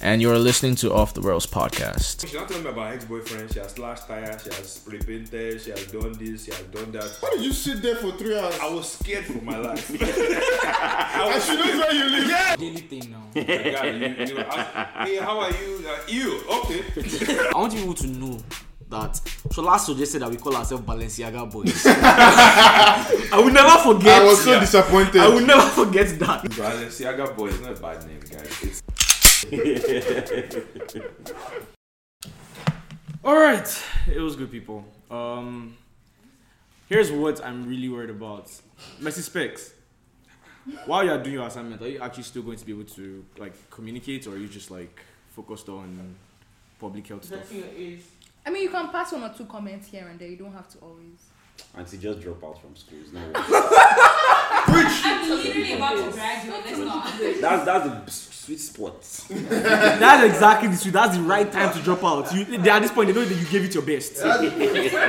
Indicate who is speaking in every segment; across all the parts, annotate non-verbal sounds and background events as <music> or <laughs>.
Speaker 1: and you are listening to Off the Rails podcast.
Speaker 2: She's not telling me about her ex-boyfriend. She has slashed tire. She has repented. She has done this. She has done that.
Speaker 3: Why did you sit there for three hours?
Speaker 2: I was scared for my life. <laughs>
Speaker 3: I should know where you live. Yeah.
Speaker 4: Daily thing now.
Speaker 2: God, you, you know, I, hey, how are you? Uh, you okay?
Speaker 4: I want you to know that Shola suggested that we call ourselves Balenciaga Boys. <laughs> I will never forget.
Speaker 3: I was so disappointed.
Speaker 4: I will never forget that.
Speaker 2: Balenciaga boy is not a bad name, guys. It's
Speaker 4: All right, it was good, people. Um, here's what I'm really worried about: Messi specs. While you're doing your assignment, are you actually still going to be able to like communicate, or are you just like focused on public health stuff?
Speaker 5: I mean, you can pass one or two comments here and there. You don't have to always.
Speaker 6: And she just drop out from school. It's not worth
Speaker 7: I'm literally about to graduate.
Speaker 2: <laughs>
Speaker 7: Let's not.
Speaker 6: it. that's that's the s- sweet spot.
Speaker 4: That's exactly the sweet. That's the right time to drop out. You, they, at this point, they know that you gave it your best.
Speaker 7: As soon as I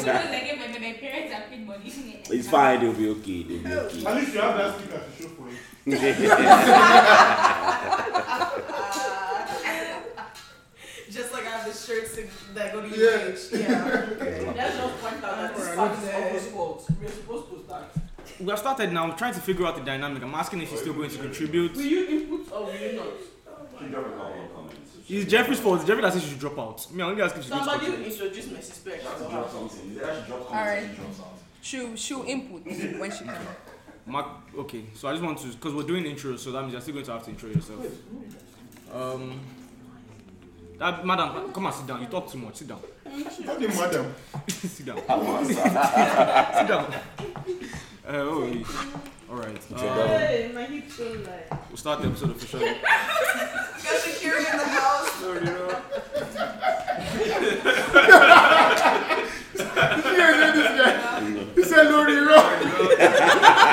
Speaker 7: get my my- my parents are paid money.
Speaker 6: It's fine. They'll be okay. They'll be okay.
Speaker 3: At least you have that speaker to show for it. <laughs>
Speaker 8: Just like I have the shirts that- that go to
Speaker 3: Yeah.
Speaker 8: your age. Yeah.
Speaker 9: That's just point out that this part is always fault. We're supposed to start.
Speaker 4: We have started now. I'm trying to figure out the dynamic. I'm asking if she's still going to contribute.
Speaker 9: Will you input or will you not?
Speaker 4: It's Jeffrey's fault. It's Jeffrey that says she should drop out. Me, I only ask if she's going to
Speaker 9: Somebody
Speaker 4: contribute.
Speaker 9: introduced Messi Speck.
Speaker 5: All right. She'll she'll input when she can.
Speaker 4: Mark, okay, so I just want to, because we're doing intros, so that means you're still going to have to intro yourself. Um, that, madam, come and sit down. You talk too much. Sit down. <laughs>
Speaker 3: Tell the madam.
Speaker 4: sit down. <laughs> sit down. Uh, oh, yeah. all right. Uh,
Speaker 9: Hey, my hips so light.
Speaker 4: we'll start the episode officially.
Speaker 8: Got security in the house.
Speaker 3: Did you hear this guy? He said, Lori, wrong.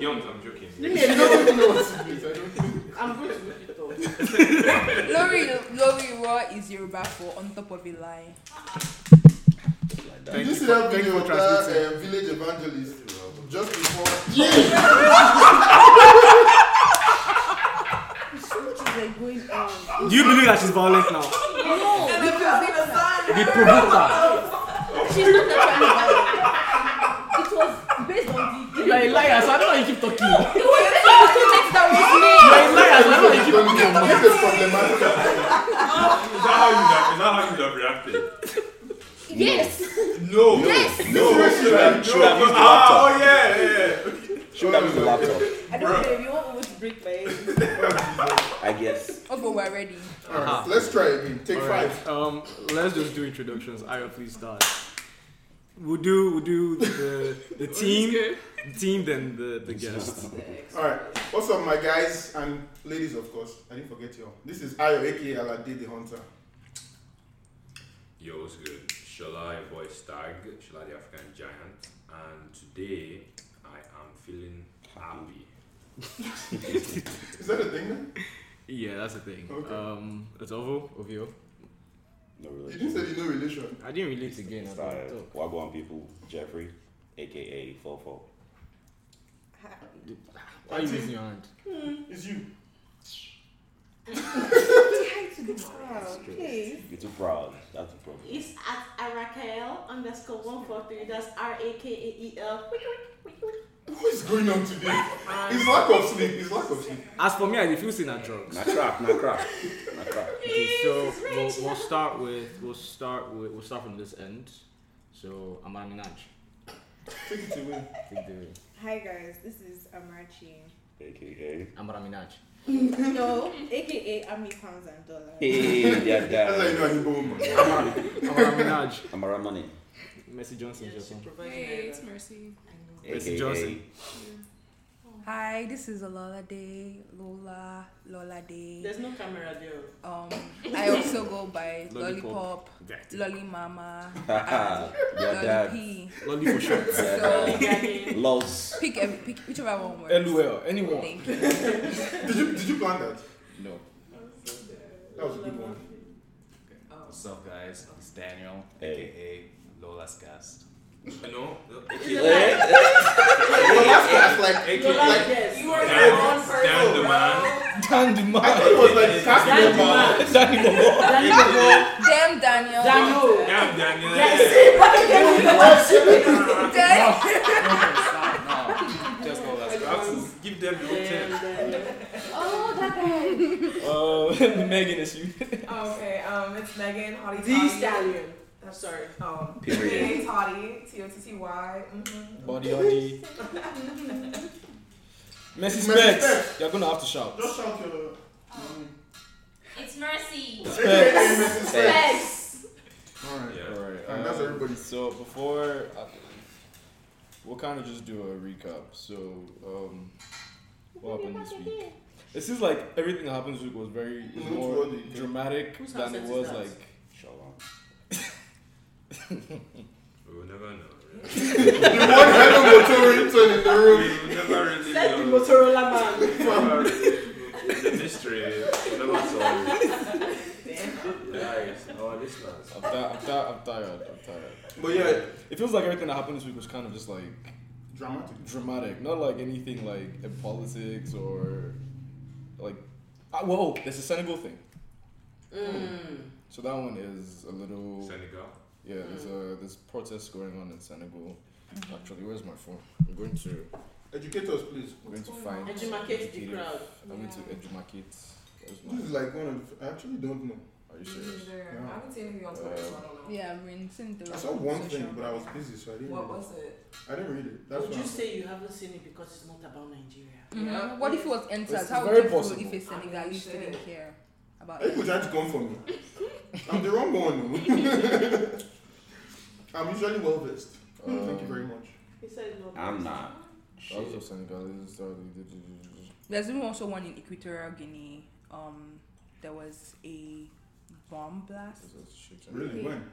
Speaker 2: Young, I'm joking.
Speaker 3: You don't know what to do. I don't think.
Speaker 9: I'm going to make it up.
Speaker 5: Lori Lori Raw is Yoruba for on top of a lie.
Speaker 3: Did
Speaker 4: Thank
Speaker 3: you
Speaker 4: you.
Speaker 3: see
Speaker 4: for-
Speaker 3: that
Speaker 4: Thank
Speaker 3: video
Speaker 4: you for
Speaker 3: of that
Speaker 4: translating.
Speaker 3: uh, village evangelist? uh, Just before.
Speaker 4: Do you believe that she's violent now?
Speaker 5: No,
Speaker 4: The provoker.
Speaker 7: She's not the one.
Speaker 5: it was based on the. Oh,
Speaker 4: You're a liar, so I don't know why you keep talking. You're
Speaker 5: It was based on the comments that
Speaker 4: a liar, so I don't know why you keep
Speaker 3: Don't know. This is problematic.
Speaker 2: Is that how you have, is that how you would have <laughs> reacted?
Speaker 5: was made. Yes.
Speaker 2: No.
Speaker 5: Yes.
Speaker 2: No.
Speaker 3: Should have-
Speaker 2: No.
Speaker 6: should have used the
Speaker 2: Ah, oh yeah, yeah.
Speaker 6: Show them the laptop.
Speaker 9: I don't know if you want to break my head.
Speaker 6: I guess.
Speaker 5: Okay, we're ready.
Speaker 3: Alright, let's try again. Take
Speaker 4: Alright,
Speaker 3: five.
Speaker 4: Um, let's just do introductions. Ira, please start. We'll do we'll do the
Speaker 3: <laughs>
Speaker 4: the team, team, then the the guest.
Speaker 3: Alright. What's up, my guys and ladies, of course? I didn't forget you all. This is Ayo, aka Alade the Hunter.
Speaker 2: Yo, what's good? Shola, your boy Stag, Shola the African Giant, and today I am feeling happy.
Speaker 3: Is that a thing then?
Speaker 4: Yeah, that's the thing.
Speaker 3: Okay.
Speaker 4: Um, it's Ovo, Ovio.
Speaker 6: No
Speaker 3: You didn't
Speaker 6: relation.
Speaker 3: say you know relation.
Speaker 4: I didn't relate again. I
Speaker 6: Style.
Speaker 4: don't talk.
Speaker 6: Wagwan people. Jeffrey, aka Fofo.
Speaker 4: Why are you raising your hand?
Speaker 3: It's you.
Speaker 8: Please.
Speaker 6: You're too proud. That's the problem.
Speaker 9: It's at Arakel underscore 143. That's R A K A E L.
Speaker 3: What is going on today? It's lack of sleep. It's lack of sleep.
Speaker 4: As for me, I feel seen at drugs.
Speaker 6: Na crap. Na crap. Na crap.
Speaker 4: Okay, so we'll, we'll start with we'll start with we'll start from this end. So Amara Minaj.
Speaker 3: Take it away.
Speaker 4: Take the
Speaker 8: Hi guys, this is Amarachi.
Speaker 6: AKA.
Speaker 4: Amara
Speaker 3: <laughs>
Speaker 4: Minaj.
Speaker 8: No, aka Ami Pounds and Dollars.
Speaker 3: <laughs>
Speaker 6: Hey, yeah,
Speaker 3: That's how you know
Speaker 6: that.
Speaker 3: I'm a woman.
Speaker 4: Amara Minaj.
Speaker 6: Amara Money.
Speaker 4: Messi Johnson. Johnson.
Speaker 5: Hey, it's Mercy.
Speaker 4: Percy
Speaker 6: AKA.
Speaker 4: Johnson.
Speaker 5: Hi, this is Alola Day. Lola, Lola Day.
Speaker 9: There's no camera there. <laughs>
Speaker 5: Um, I also go by
Speaker 4: Lollipop.
Speaker 5: Lollipop, Lolly Mama,
Speaker 6: Haha, your
Speaker 5: Lolly
Speaker 6: dad.
Speaker 5: P.
Speaker 4: Lolly for sure.
Speaker 6: Your
Speaker 5: So
Speaker 6: dad.
Speaker 9: Daddy.
Speaker 6: Loves.
Speaker 5: pick every, pick whichever one works.
Speaker 4: LOL. Anyone.
Speaker 5: Thank you.
Speaker 3: Did you did you plan that?
Speaker 10: No.
Speaker 3: That was a good one.
Speaker 10: What's up, guys? It's Daniel,
Speaker 6: Hey.
Speaker 10: aka Lola's Cast.
Speaker 2: You know?
Speaker 6: Eh? Hey, hey,
Speaker 3: like
Speaker 2: AK.
Speaker 9: Lola,
Speaker 3: Like-
Speaker 9: yes.
Speaker 7: You are
Speaker 2: Dan-
Speaker 7: my one person.
Speaker 2: Dan the
Speaker 7: bro.
Speaker 2: man.
Speaker 11: Dandy
Speaker 3: I thought it was like
Speaker 9: Danny
Speaker 3: casting over.
Speaker 9: Man.
Speaker 11: Dandy Momo.
Speaker 9: Danny Man.
Speaker 5: Damn, Daniel.
Speaker 9: Daniel.
Speaker 2: Damn, Daniel.
Speaker 9: Yes. What did you do?
Speaker 5: Damn.
Speaker 11: Stop. No. <laughs> Just go. Let's
Speaker 2: You
Speaker 11: go.
Speaker 2: have to give them the
Speaker 9: Damn,
Speaker 2: ten.
Speaker 9: Daniel. Oh, that guy.
Speaker 11: Oh, <laughs> Megan is you.
Speaker 4: Oh, okay, um, it's Megan Hottie
Speaker 5: Um,
Speaker 9: The
Speaker 4: Toddy.
Speaker 9: stallion.
Speaker 4: I'm sorry. Um,
Speaker 6: Period.
Speaker 4: <laughs> Megan Toddy, T O T T Y. Mhm.
Speaker 11: Body body. Messi
Speaker 3: Messi
Speaker 11: specs.
Speaker 3: Specs.
Speaker 11: You're gonna have to shout.
Speaker 3: Just shout your.
Speaker 7: Oh, It's Mercy.
Speaker 11: Specs.
Speaker 9: Yes.
Speaker 3: Alright.
Speaker 2: Yeah.
Speaker 11: Alright.
Speaker 3: And that's
Speaker 11: um,
Speaker 3: everybody.
Speaker 11: So before, uh, we'll kind of just do a recap. So, um, what happened this week? It seems like everything that happened this week was very was
Speaker 3: Which
Speaker 11: more
Speaker 3: one did-
Speaker 11: dramatic
Speaker 9: Whose
Speaker 11: than it
Speaker 9: accent is
Speaker 11: was
Speaker 9: that?
Speaker 11: like. <laughs>
Speaker 6: Shalom.
Speaker 2: We will never know.
Speaker 3: The one having motor in the
Speaker 2: We
Speaker 3: room.
Speaker 2: will never really
Speaker 9: Let the
Speaker 2: know.
Speaker 9: Motorola man.
Speaker 2: Never really- The mystery is never solved. Guys, oh, this man's.
Speaker 11: I'm, ti- I'm, ti- I'm tired. I'm tired.
Speaker 3: But yeah,
Speaker 11: It feels like everything that happened this week was kind of just like
Speaker 3: dramatic.
Speaker 11: dramatic, not like anything like in politics or like. Uh, whoa, there's a Senegal thing.
Speaker 9: Mm.
Speaker 11: So that one is a little.
Speaker 2: Senegal.
Speaker 11: Yeah, there's a there's protests going on in Senegal. Actually, where's my phone? I'm going to
Speaker 3: Educate us, please.
Speaker 11: I'm going to find.
Speaker 9: Educate the
Speaker 11: educative-
Speaker 9: crowd.
Speaker 11: I'm going to educate. Where's
Speaker 3: This is
Speaker 11: my?
Speaker 3: like one of. I actually don't know.
Speaker 11: Are you Uh, serious?
Speaker 4: I haven't seen anything on Twitter, so I don't know.
Speaker 5: Yeah, rinsing the
Speaker 3: I saw one thing, but I was busy, so I didn't.
Speaker 4: What
Speaker 3: Read
Speaker 4: was it?
Speaker 3: it. I didn't read it. That's
Speaker 9: Would
Speaker 3: why.
Speaker 9: you say you haven't seen it because it's not about Nigeria?
Speaker 5: Mhm.
Speaker 4: Yeah.
Speaker 5: What if it was entered?
Speaker 11: It's
Speaker 5: How
Speaker 11: very
Speaker 5: would you feel
Speaker 11: possible.
Speaker 5: if a
Speaker 4: I mean,
Speaker 5: Senegalese
Speaker 4: shit.
Speaker 5: didn't care about
Speaker 3: Are people
Speaker 5: it?
Speaker 3: trying to come for me? I'm the wrong one. no. <laughs> I'm usually well versed.
Speaker 11: Oh,
Speaker 3: Thank you very much.
Speaker 9: He said no.
Speaker 6: I'm not. Shit.
Speaker 11: That was a Senegalese. uh, they did- did- did- did-
Speaker 5: There's even also one in Equatorial Guinea. Um, there was a bomb blast.
Speaker 11: there's a shit.
Speaker 3: Really?
Speaker 5: Yeah.
Speaker 3: When?
Speaker 5: Okay,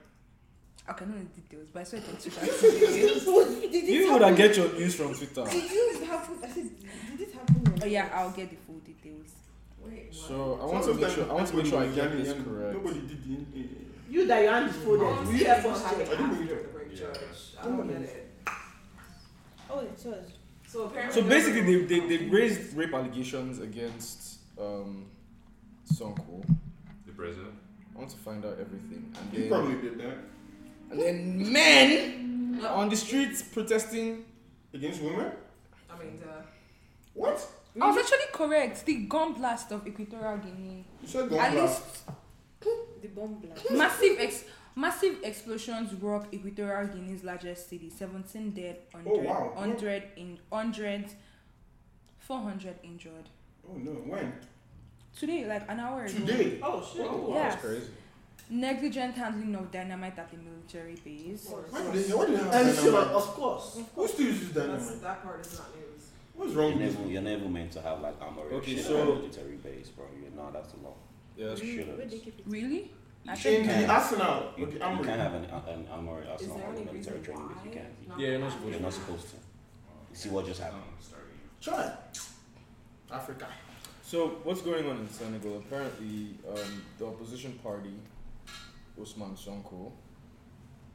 Speaker 5: I don't know the details, but I saw it on Twitter. I said, did
Speaker 11: <laughs>
Speaker 5: this
Speaker 11: You would
Speaker 5: happen?
Speaker 11: I get your news from Twitter.
Speaker 5: Did you happen? I said, did this happen? Oh yeah, I'll get the full details.
Speaker 4: Wait, what?
Speaker 11: So I want to make sure I want to make sure I get this correct.
Speaker 3: Nobody did the. eh, in-
Speaker 9: You that you hand this phone.
Speaker 4: Oh,
Speaker 9: Will you
Speaker 4: yeah,
Speaker 9: help us
Speaker 4: happened
Speaker 3: I
Speaker 9: check?
Speaker 3: didn't
Speaker 4: after
Speaker 3: read
Speaker 4: the break,
Speaker 2: Yeah.
Speaker 4: George. I don't get it.
Speaker 9: Oh, it was.
Speaker 4: So apparently.
Speaker 11: <laughs> So basically, they they, they raised rape allegations against um, Sonko.
Speaker 2: The president.
Speaker 11: I want to find out everything. And
Speaker 3: You
Speaker 11: then,
Speaker 3: probably did that.
Speaker 11: And then men on the streets protesting.
Speaker 3: Against women?
Speaker 4: I mean, duh.
Speaker 3: What?
Speaker 5: I was actually correct. The gun blast of Equatorial Guinea.
Speaker 3: You said
Speaker 5: At
Speaker 3: don't
Speaker 5: least <laughs>
Speaker 3: laugh.
Speaker 9: The bomb blast.
Speaker 5: massive ex- massive explosions rock Equatorial Guinea's largest city. Seventeen dead, 100,
Speaker 3: Oh, wow.
Speaker 5: 100 in hundreds, 400 injured.
Speaker 3: Oh no, when?
Speaker 5: Today, like an hour ago.
Speaker 3: Today.
Speaker 9: Oh shit.
Speaker 3: Wow.
Speaker 5: Yes.
Speaker 11: That's crazy.
Speaker 5: Negligent handling of dynamite at the military base.
Speaker 3: Why do they, why do they have
Speaker 9: I'm sure,
Speaker 3: dynamite?
Speaker 9: of course.
Speaker 3: Who still uses
Speaker 4: That's,
Speaker 3: dynamite?
Speaker 4: that part is not news.
Speaker 3: What's
Speaker 6: You're
Speaker 3: wrong with
Speaker 6: never,
Speaker 3: this?
Speaker 6: you're never meant to have like armor
Speaker 11: Okay,
Speaker 6: shit
Speaker 11: so-
Speaker 6: on a military base, bro. You're not. That's a law.
Speaker 11: Yeah, that's
Speaker 6: Shit.
Speaker 5: Really? I
Speaker 3: In
Speaker 5: think
Speaker 6: Yeah.
Speaker 3: the arsenal,
Speaker 6: You,
Speaker 3: okay,
Speaker 6: you can't
Speaker 3: armory.
Speaker 6: have an, uh, an armored arsenal
Speaker 4: there
Speaker 6: on a
Speaker 4: any
Speaker 6: military
Speaker 4: reason
Speaker 6: training base. You
Speaker 4: why?
Speaker 6: can't.
Speaker 4: Not
Speaker 11: Yeah, you're not
Speaker 4: allowed.
Speaker 11: supposed
Speaker 6: You're not supposed to. You see what just
Speaker 2: Oh,
Speaker 6: happened?
Speaker 2: sorry.
Speaker 3: Try. Africa.
Speaker 11: So what's going on in Senegal? Apparently, um, the opposition party, Ousmane Sonko,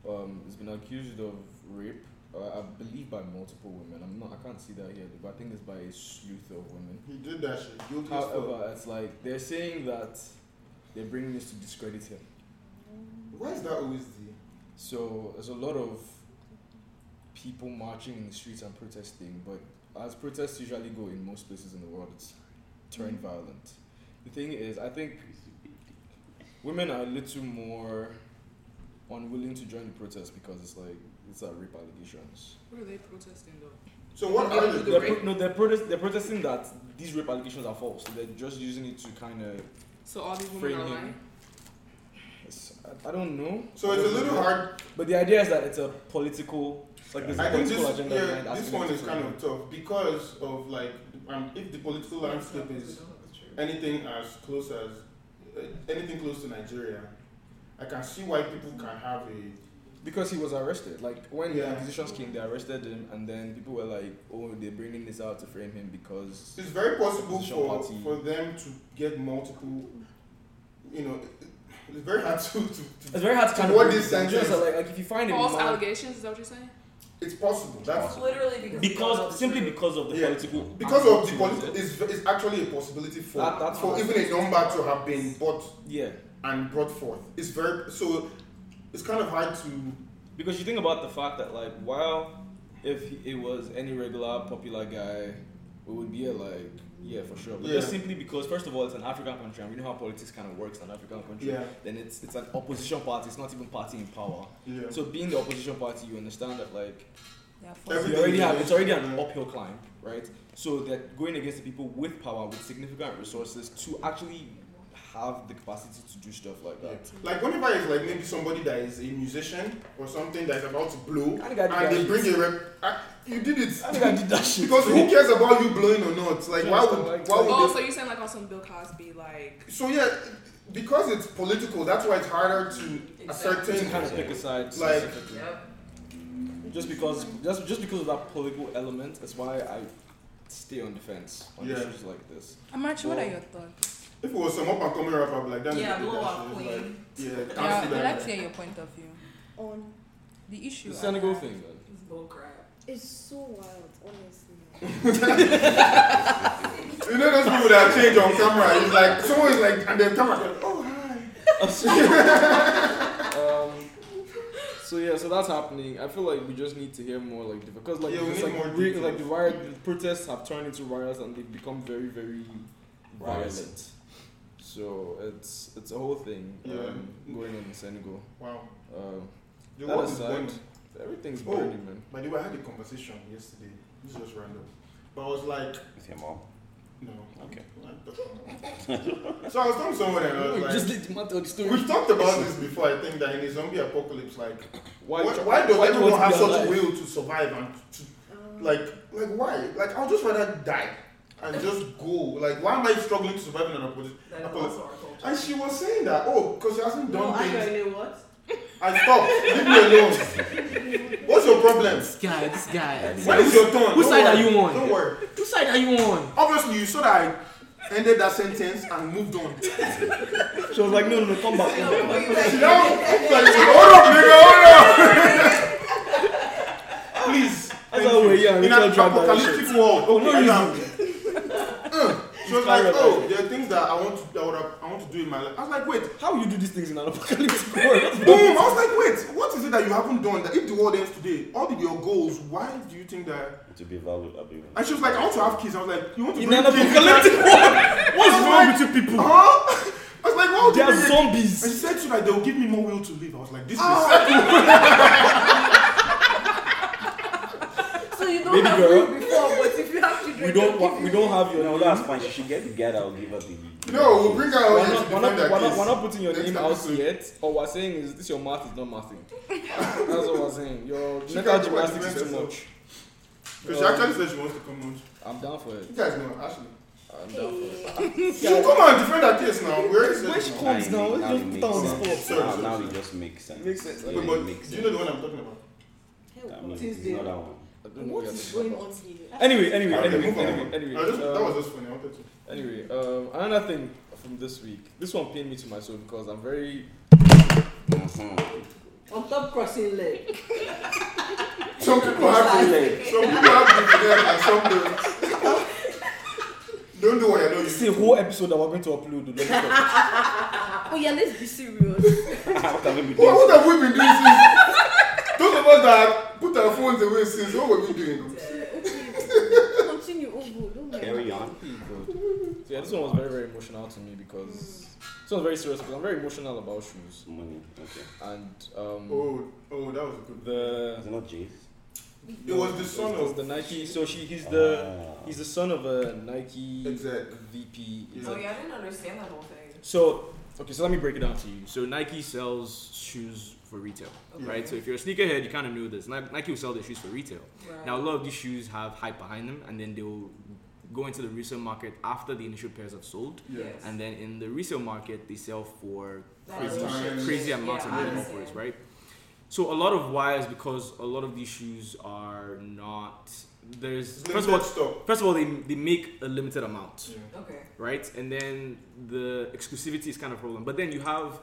Speaker 11: um, has been accused of rape. Uh, I believe by multiple women. I'm not. I can't see that here, but I think it's by a sleuth of women.
Speaker 3: He did that shit. Guilty as fuck.
Speaker 11: However, it's like they're saying that they're bringing this to discredit him.
Speaker 3: Why is that always the
Speaker 11: So there's a lot of people marching in the streets and protesting, but as protests usually go in most places in the world, it's turned violent. The thing is, I think women are a little more unwilling to join the protest because it's like it's like rape allegations.
Speaker 4: What are they protesting though?
Speaker 3: So what
Speaker 4: Maybe
Speaker 3: are
Speaker 4: we
Speaker 3: the
Speaker 4: do
Speaker 11: They're
Speaker 4: rape.
Speaker 11: pro- no, they're, protest- they're protesting that these rape allegations are false. They're just using it to kind of
Speaker 4: So all these
Speaker 11: frame him. It's- I- I don't know.
Speaker 3: So it's a little hard.
Speaker 11: But the idea is that it's a political, like there's a
Speaker 3: I think
Speaker 11: political
Speaker 3: this,
Speaker 11: agenda behind
Speaker 3: yeah, this
Speaker 11: asking them
Speaker 3: one
Speaker 11: to
Speaker 3: is
Speaker 11: frame
Speaker 3: kind
Speaker 11: him.
Speaker 3: of tough because of like, um, if the political landscape is anything as close as uh, anything close to Nigeria, I can see why people can have a.
Speaker 11: Because he was arrested. Like when the
Speaker 3: Yeah.
Speaker 11: accusations came, they arrested him, and then people were like, "Oh, they're bringing this out to frame him because."
Speaker 3: It's very possible
Speaker 11: Opposition
Speaker 3: for
Speaker 11: party.
Speaker 3: for them to get multiple. You know, it- it's very hard <laughs> to to. to
Speaker 11: It's very hard to
Speaker 3: So
Speaker 11: kind
Speaker 3: what
Speaker 11: of
Speaker 3: this
Speaker 11: Just
Speaker 3: sentence-
Speaker 11: like, like if you find him,
Speaker 12: False
Speaker 11: man,
Speaker 12: allegations, is that what you're saying?
Speaker 3: It's possible. That's
Speaker 13: Literally because
Speaker 6: Because simply because of the
Speaker 3: Yeah.
Speaker 6: political.
Speaker 3: because of the
Speaker 6: outlook
Speaker 3: political.
Speaker 6: to it.
Speaker 3: It's, it's actually a possibility for
Speaker 4: That- that's
Speaker 3: for
Speaker 4: what-
Speaker 3: even a number to have been bought
Speaker 4: Yeah.
Speaker 3: and brought forth. It's very so. It's kind of hard to
Speaker 4: Because you think about the fact that like while if it was any regular popular guy, we would be at like yeah for sure. But just
Speaker 3: Yeah.
Speaker 4: simply because first of all it's an African country and we know how politics kind of works in an African country.
Speaker 3: yeah
Speaker 4: Then it's it's an opposition party. It's not even party in power.
Speaker 3: yeah.
Speaker 4: So being the opposition party, you understand that like
Speaker 7: They are
Speaker 3: Every-
Speaker 7: forced.
Speaker 4: you already have it's already an
Speaker 3: Yeah.
Speaker 4: uphill climb, right? So they're going against the people with power with significant resources to actually have the capacity to do stuff like
Speaker 3: Yeah.
Speaker 4: that.
Speaker 3: Like whenever it's like maybe somebody that is a musician or something that's about to blow,
Speaker 4: I think I did
Speaker 3: and they
Speaker 4: that
Speaker 3: bring
Speaker 4: shit.
Speaker 3: a rep, I, you did it
Speaker 4: I think I
Speaker 3: <laughs>
Speaker 4: did that shit.
Speaker 3: because who cares about you blowing or not? Like why
Speaker 4: Just
Speaker 3: would
Speaker 4: like-
Speaker 3: why would
Speaker 7: Oh,
Speaker 3: they-
Speaker 7: so you're saying like on some Bill Cosby, like
Speaker 3: So yeah, because it's political, that's why it's harder to
Speaker 4: to
Speaker 3: ascertain.
Speaker 4: kind of pick a side
Speaker 3: Like-
Speaker 4: specifically.
Speaker 13: Yep.
Speaker 4: just because just just because of that political element is why I stay on defense on
Speaker 3: Yeah.
Speaker 4: issues like this.
Speaker 7: Amarchi, what are
Speaker 4: Well,
Speaker 7: your thouts?
Speaker 3: If it was some up and coming rapper, I'd be like that,
Speaker 13: Yeah,
Speaker 3: nigga did
Speaker 13: blow
Speaker 3: that
Speaker 13: up
Speaker 3: shit. It's
Speaker 13: queen.
Speaker 3: Like, yeah, can't
Speaker 7: Yeah,
Speaker 3: see
Speaker 7: I'd
Speaker 3: that.
Speaker 7: like to hear your point of view.
Speaker 11: On
Speaker 7: The issue.
Speaker 4: The
Speaker 7: I
Speaker 4: Senegal
Speaker 7: have-
Speaker 4: thing, man.
Speaker 13: It's bull crap.
Speaker 11: it's so wild, honestly.
Speaker 3: You know those people that change on camera. It's like someone is like, and then camera. like, Oh hi.
Speaker 4: um, so yeah, so that's happening. I feel like we just need to hear more like because like
Speaker 3: Yeah, we
Speaker 4: it's like
Speaker 3: need more
Speaker 4: re- like the
Speaker 3: details.
Speaker 4: riot the protests have turned into riots and they've become very very
Speaker 6: Violent.
Speaker 4: violent. So it's it's a whole thing um,
Speaker 3: Yeah.
Speaker 4: going on in Senegal.
Speaker 3: Wow.
Speaker 4: Um,
Speaker 3: The
Speaker 4: That
Speaker 3: world is
Speaker 4: aside-
Speaker 3: going.
Speaker 4: everything's
Speaker 3: Oh.
Speaker 4: burning, man.
Speaker 3: By the way, I had a conversation yesterday. This is just random, but I was like,
Speaker 6: With your
Speaker 3: <laughs>
Speaker 6: mom.
Speaker 3: no.
Speaker 6: Okay.
Speaker 3: so I was talking to someone and I was
Speaker 4: <laughs>
Speaker 3: like,
Speaker 4: just let Matt tell the story.
Speaker 3: we've talked
Speaker 4: <laughs>
Speaker 3: about this before. I think that in a zombie apocalypse, like. Why, why, does
Speaker 4: why do you
Speaker 3: everyone
Speaker 4: want to
Speaker 3: have
Speaker 4: be
Speaker 3: such
Speaker 4: alive?
Speaker 3: a will to survive and to,
Speaker 11: Um,
Speaker 3: like like why? Like I'll just rather die and just go. Like why am I struggling to survive in an opposition?
Speaker 13: That is
Speaker 3: Apollo.
Speaker 13: also our culture.
Speaker 3: And she was saying that oh because she hasn't
Speaker 11: No,
Speaker 3: done
Speaker 11: I
Speaker 3: things.
Speaker 11: don't know what.
Speaker 3: I stopped. Leave me
Speaker 11: <laughs>
Speaker 3: alone. What's your problem?
Speaker 1: This guy, this guy. This
Speaker 3: When is your turn?
Speaker 1: Whose side
Speaker 3: Don't worry.
Speaker 1: are you on?
Speaker 3: Don't worry.
Speaker 1: Whose side are you on?
Speaker 3: Obviously you saw that I ended that sentence and moved
Speaker 4: <laughs>
Speaker 3: on.
Speaker 4: <laughs> She was like, no, no, no, come back. Come back.
Speaker 3: <laughs> She now it's like hold up nigga hold up. Please.
Speaker 4: That's
Speaker 3: Thank
Speaker 4: how
Speaker 3: you.
Speaker 4: we- yeah, we
Speaker 3: in
Speaker 4: can't
Speaker 3: an
Speaker 4: drag that
Speaker 3: apocalyptic world.
Speaker 4: Oh, no
Speaker 3: I
Speaker 4: reason.
Speaker 3: am- Uh, she was like,
Speaker 4: Carry on,
Speaker 3: "Oh,
Speaker 4: carry
Speaker 3: there are things that I want to, that I, would have, I want to do in my life." I was like, "Wait,
Speaker 4: How will you do these things in an apocalyptic
Speaker 3: <laughs>
Speaker 4: world?
Speaker 3: boom!" I was like, "Wait, what is it that you haven't done? That if the world ends today, all of your goals, why do you think that?"
Speaker 6: To be valued, I'll be.
Speaker 3: And she was like, "I want to have kids." I was like, "You want to
Speaker 4: In
Speaker 3: bring
Speaker 4: an
Speaker 3: kids?"
Speaker 4: apocalyptic world? What's wrong with you people?
Speaker 3: Huh? <laughs> I was like, "Why would
Speaker 4: They
Speaker 3: you
Speaker 4: are
Speaker 3: bring it?" And she
Speaker 4: zombies.
Speaker 3: said, "So that they will give me more will to live." I was like, "This is."
Speaker 7: So you don't
Speaker 4: Baby
Speaker 7: have
Speaker 4: girl.
Speaker 7: room before, but if you have children,
Speaker 4: We don't want. We don't have your
Speaker 6: No,
Speaker 4: name.
Speaker 6: that's fine. She should get the guy that will give her the.
Speaker 3: No, we'll bring her
Speaker 4: We're
Speaker 3: out here
Speaker 4: not,
Speaker 3: to
Speaker 4: we're,
Speaker 3: defend
Speaker 4: not,
Speaker 3: her
Speaker 4: we're, not,
Speaker 3: case.
Speaker 4: we're not putting your
Speaker 3: Next
Speaker 4: name out
Speaker 3: episode.
Speaker 4: yet. All we're saying is this: your math is not mathing.
Speaker 3: <laughs>
Speaker 4: That's what we're saying. Your
Speaker 3: She
Speaker 4: mental
Speaker 3: can't do
Speaker 4: gymnastics is too
Speaker 3: arguments,
Speaker 4: much.
Speaker 3: Because she
Speaker 4: Um,
Speaker 3: actually said she wants to come on.
Speaker 4: I'm down for it.
Speaker 3: You guys know Ashley.
Speaker 4: I'm down for it.
Speaker 3: She'll come out and defend her case now. We already said
Speaker 4: When
Speaker 3: it
Speaker 4: she
Speaker 3: now.
Speaker 4: comes now, let's just put her on the spot.
Speaker 3: Sorry,
Speaker 6: Now,
Speaker 3: sorry,
Speaker 6: now
Speaker 3: sorry.
Speaker 6: it just makes sense.
Speaker 4: Makes sense.
Speaker 6: Yeah,
Speaker 3: Wait,
Speaker 6: it
Speaker 3: but
Speaker 6: makes
Speaker 3: do you
Speaker 6: sense.
Speaker 3: know the one I'm talking about?
Speaker 6: I
Speaker 11: Hey,
Speaker 6: mean,
Speaker 11: what
Speaker 6: it's not
Speaker 11: is this?
Speaker 6: that one.
Speaker 4: I don't know
Speaker 11: What
Speaker 4: you're
Speaker 11: is
Speaker 4: talking
Speaker 11: going
Speaker 4: about.
Speaker 11: on here?
Speaker 4: Anyway, anyway,
Speaker 3: Okay,
Speaker 4: anyway,
Speaker 3: move on.
Speaker 4: anyway, anyway.
Speaker 3: I just, that
Speaker 4: um,
Speaker 3: was just funny. I wanted to.
Speaker 4: Anyway, um, another thing from this week. This one pained me to my soul because I'm very.
Speaker 6: Mhm.
Speaker 11: On top crossing leg.
Speaker 3: Some people have to. Some people have to there and some don't. Don't do what I know you
Speaker 4: It's a whole episode that we're going to upload. Let me talk.
Speaker 11: Oh yeah, let's be
Speaker 5: <laughs>
Speaker 11: serious.
Speaker 6: What have we <laughs> been
Speaker 3: <laughs> What,
Speaker 6: doing?
Speaker 3: what have we been doing since? Those of us that put our phones away since, what were we doing?
Speaker 11: Okay. Continue,
Speaker 5: Oh,
Speaker 11: Ogo. Don't mind.
Speaker 6: Carry on.
Speaker 4: so yeah, this one was very very emotional to me because this one's very serious because I'm very emotional about shoes
Speaker 6: Money. Okay.
Speaker 4: and um
Speaker 3: Oh, oh, that was good.
Speaker 4: the.
Speaker 6: Is it not Jay's?
Speaker 3: It was the son
Speaker 4: it was
Speaker 3: of
Speaker 4: the Nike. So she he's the
Speaker 6: Ah.
Speaker 4: he's the son of a Nike
Speaker 3: Exec.
Speaker 4: VP.
Speaker 3: Yeah.
Speaker 13: Oh yeah, I didn't understand that whole thing.
Speaker 4: So okay, so let me break it down to you. So Nike sells shoes for retail,
Speaker 3: Yeah.
Speaker 4: right? So if you're a sneakerhead, you kind of know this. Ni- Nike will sell their shoes for retail. Now, a lot of these shoes have hype behind them, and then they'll go into the resale market after the initial pairs have sold.
Speaker 3: Yeah.
Speaker 13: Yes.
Speaker 4: And then in the resale market, they sell for
Speaker 13: That
Speaker 4: crazy,
Speaker 3: is shit.
Speaker 4: crazy
Speaker 13: Yeah,
Speaker 4: amounts
Speaker 13: I
Speaker 4: of money
Speaker 13: understand.
Speaker 4: for it, right? So a lot of why is because a lot of these shoes are not. There's first of all,
Speaker 3: stop.
Speaker 4: first of all, they, they make a limited amount
Speaker 3: Yeah.
Speaker 13: okay.
Speaker 4: right? And then the exclusivity is kind of a problem. But then you have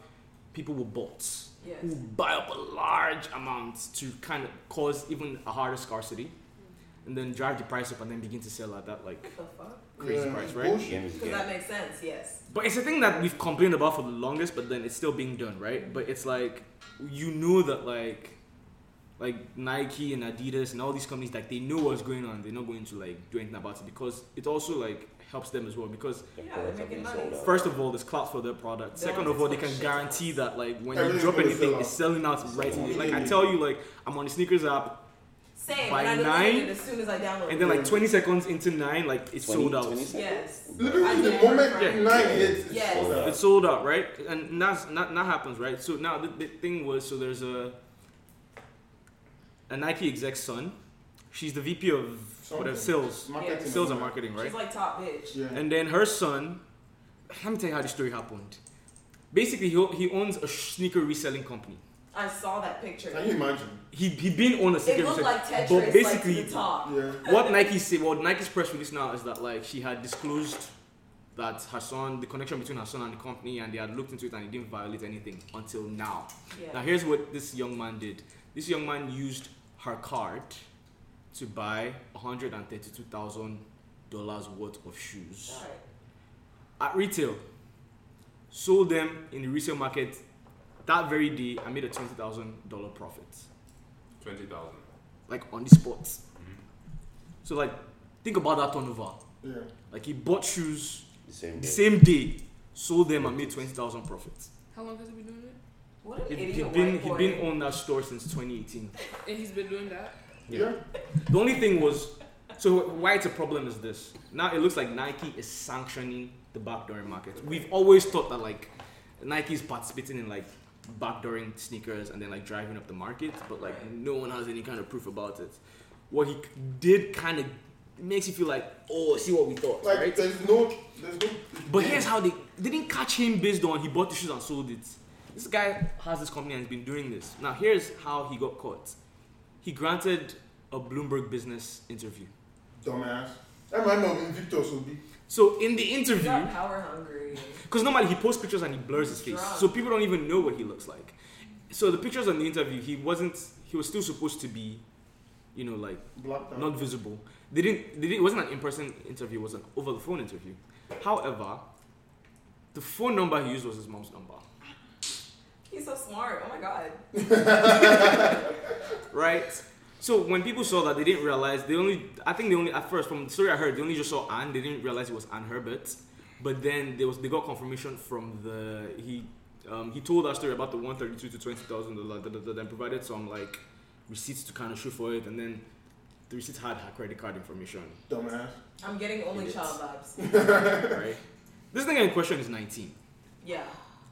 Speaker 4: people will bolt,
Speaker 9: Yes.
Speaker 4: who buy up a large amount to kind of cause even a harder scarcity, and then drive the price up and then begin to sell at that like
Speaker 9: the fuck?
Speaker 4: crazy
Speaker 3: Yeah,
Speaker 4: price,
Speaker 3: it's
Speaker 4: right?
Speaker 3: bullshit.
Speaker 6: Game is
Speaker 9: Because
Speaker 6: game.
Speaker 9: that makes sense. Yes.
Speaker 4: But it's a thing that we've complained about for the longest, but then it's still being done, right? But it's like you know that like like Nike and Adidas and all these companies like they know what's going on. They're not going to like do anything about it because it also like helps them as well because
Speaker 6: The
Speaker 9: Yeah,
Speaker 6: products
Speaker 9: they're
Speaker 6: are being
Speaker 9: making
Speaker 6: sold
Speaker 9: money.
Speaker 6: out.
Speaker 4: first of all there's clout for their product.
Speaker 9: They
Speaker 4: Second
Speaker 9: want
Speaker 4: of all
Speaker 9: to
Speaker 4: they can
Speaker 9: sell shit.
Speaker 4: guarantee that like when you
Speaker 3: Everything's
Speaker 4: drop
Speaker 3: gonna
Speaker 4: anything
Speaker 3: sell
Speaker 4: it's selling out right away. Like I
Speaker 3: Yeah.
Speaker 4: tell you like I'm on the sneakers app
Speaker 9: Same.
Speaker 4: By
Speaker 9: when I
Speaker 4: nine,
Speaker 9: downloaded it as soon as I downloaded
Speaker 4: and then like
Speaker 9: it.
Speaker 4: twenty seconds into nine like it's
Speaker 6: 20,
Speaker 4: sold out.
Speaker 6: 20 seconds?
Speaker 9: Yes. <laughs>
Speaker 3: Literally, the
Speaker 9: Yeah.
Speaker 3: moment
Speaker 4: Yeah.
Speaker 3: nine hits, it's
Speaker 9: Yes.
Speaker 3: sold out.
Speaker 4: It's sold out, right? And and that's not that happens, right? So now the, the thing was, so there's a a Nike exec son. She's the VP of whatever
Speaker 3: Something.
Speaker 4: sales,
Speaker 3: Marketing
Speaker 9: Yeah.
Speaker 4: sales and marketing, right?
Speaker 9: She's like top bitch.
Speaker 3: Yeah.
Speaker 4: And then her son, let me tell you how the story happened. Basically, he, he owns a sneaker reselling company.
Speaker 9: I saw that picture.
Speaker 3: Can you imagine?
Speaker 4: He he been on a sneaker
Speaker 9: It looked
Speaker 4: reselling-
Speaker 9: like Tetris,
Speaker 4: but basically
Speaker 9: like to the top.
Speaker 3: Yeah.
Speaker 4: what Nike said, well, Nike's press release now is that like she had disclosed that her son, the connection between her son and the company, and they had looked into it and it didn't violate anything until now. Now
Speaker 9: Yeah.
Speaker 4: here's what this young man did. This young man used her card to buy hundred and thirty-two thousand dollars worth of shoes
Speaker 9: Alright.
Speaker 4: at retail. Sold them in the resale market that very day. I made a twenty thousand dollar profit,
Speaker 2: Twenty thousand.
Speaker 4: like on the spot. So like, think about that turnover.
Speaker 3: Yeah.
Speaker 4: Like he bought shoes
Speaker 6: The same
Speaker 4: the
Speaker 6: game.
Speaker 4: same day, sold them and made twenty thousand profit.
Speaker 14: How long has he been doing it?
Speaker 9: What an
Speaker 4: He
Speaker 9: idiot
Speaker 4: had
Speaker 9: white
Speaker 4: been he
Speaker 9: boy.
Speaker 4: been on that store since twenty eighteen.
Speaker 5: Eh,
Speaker 14: And he's been doing that.
Speaker 3: Yeah.
Speaker 4: The only thing was, so why it's a problem is this. Now it looks like Nike is sanctioning the backdooring market. We've always thought that like Nike is participating in like backdooring sneakers and then like driving up the market, but like no one has any kind of proof about it. What he did kind of makes you feel like, oh, see what we thought,
Speaker 3: Like,
Speaker 4: right?
Speaker 3: there's no. There's no.
Speaker 4: But here's how they, they didn't catch him based on he bought the shoes and sold it. This guy has this company and he's been doing this. Now here's how he got caught. He granted a Bloomberg business interview.
Speaker 3: Dumbass. That might not be Victor Sobi.
Speaker 4: So in the
Speaker 9: He's
Speaker 4: interview,
Speaker 9: not power hungry.
Speaker 4: because normally he posts pictures and he blurs his face,
Speaker 9: Drunk.
Speaker 4: so people don't even know what he looks like. So the pictures on the interview, he wasn't. He was still supposed to be, you know, like
Speaker 3: Blacked out.
Speaker 4: not visible. They didn't. They didn't it wasn't an in-person interview. It was an over-the-phone interview. However, the phone number he used was his mom's number,
Speaker 9: He's so smart. Oh my god.
Speaker 4: right? So when people saw that, they didn't realize. They only. I think they only at first from the story I heard, they only just saw Anne. They didn't realize it was Anne Herbert. But then there was they got confirmation from the he um, he told that story about the one thirty two to twenty thousand dollars then provided some like receipts to kind of show for it and then the receipts had her credit card information
Speaker 3: Dumbass.
Speaker 9: I'm getting only child vibes.
Speaker 4: right this thing in question is 19
Speaker 9: Yeah.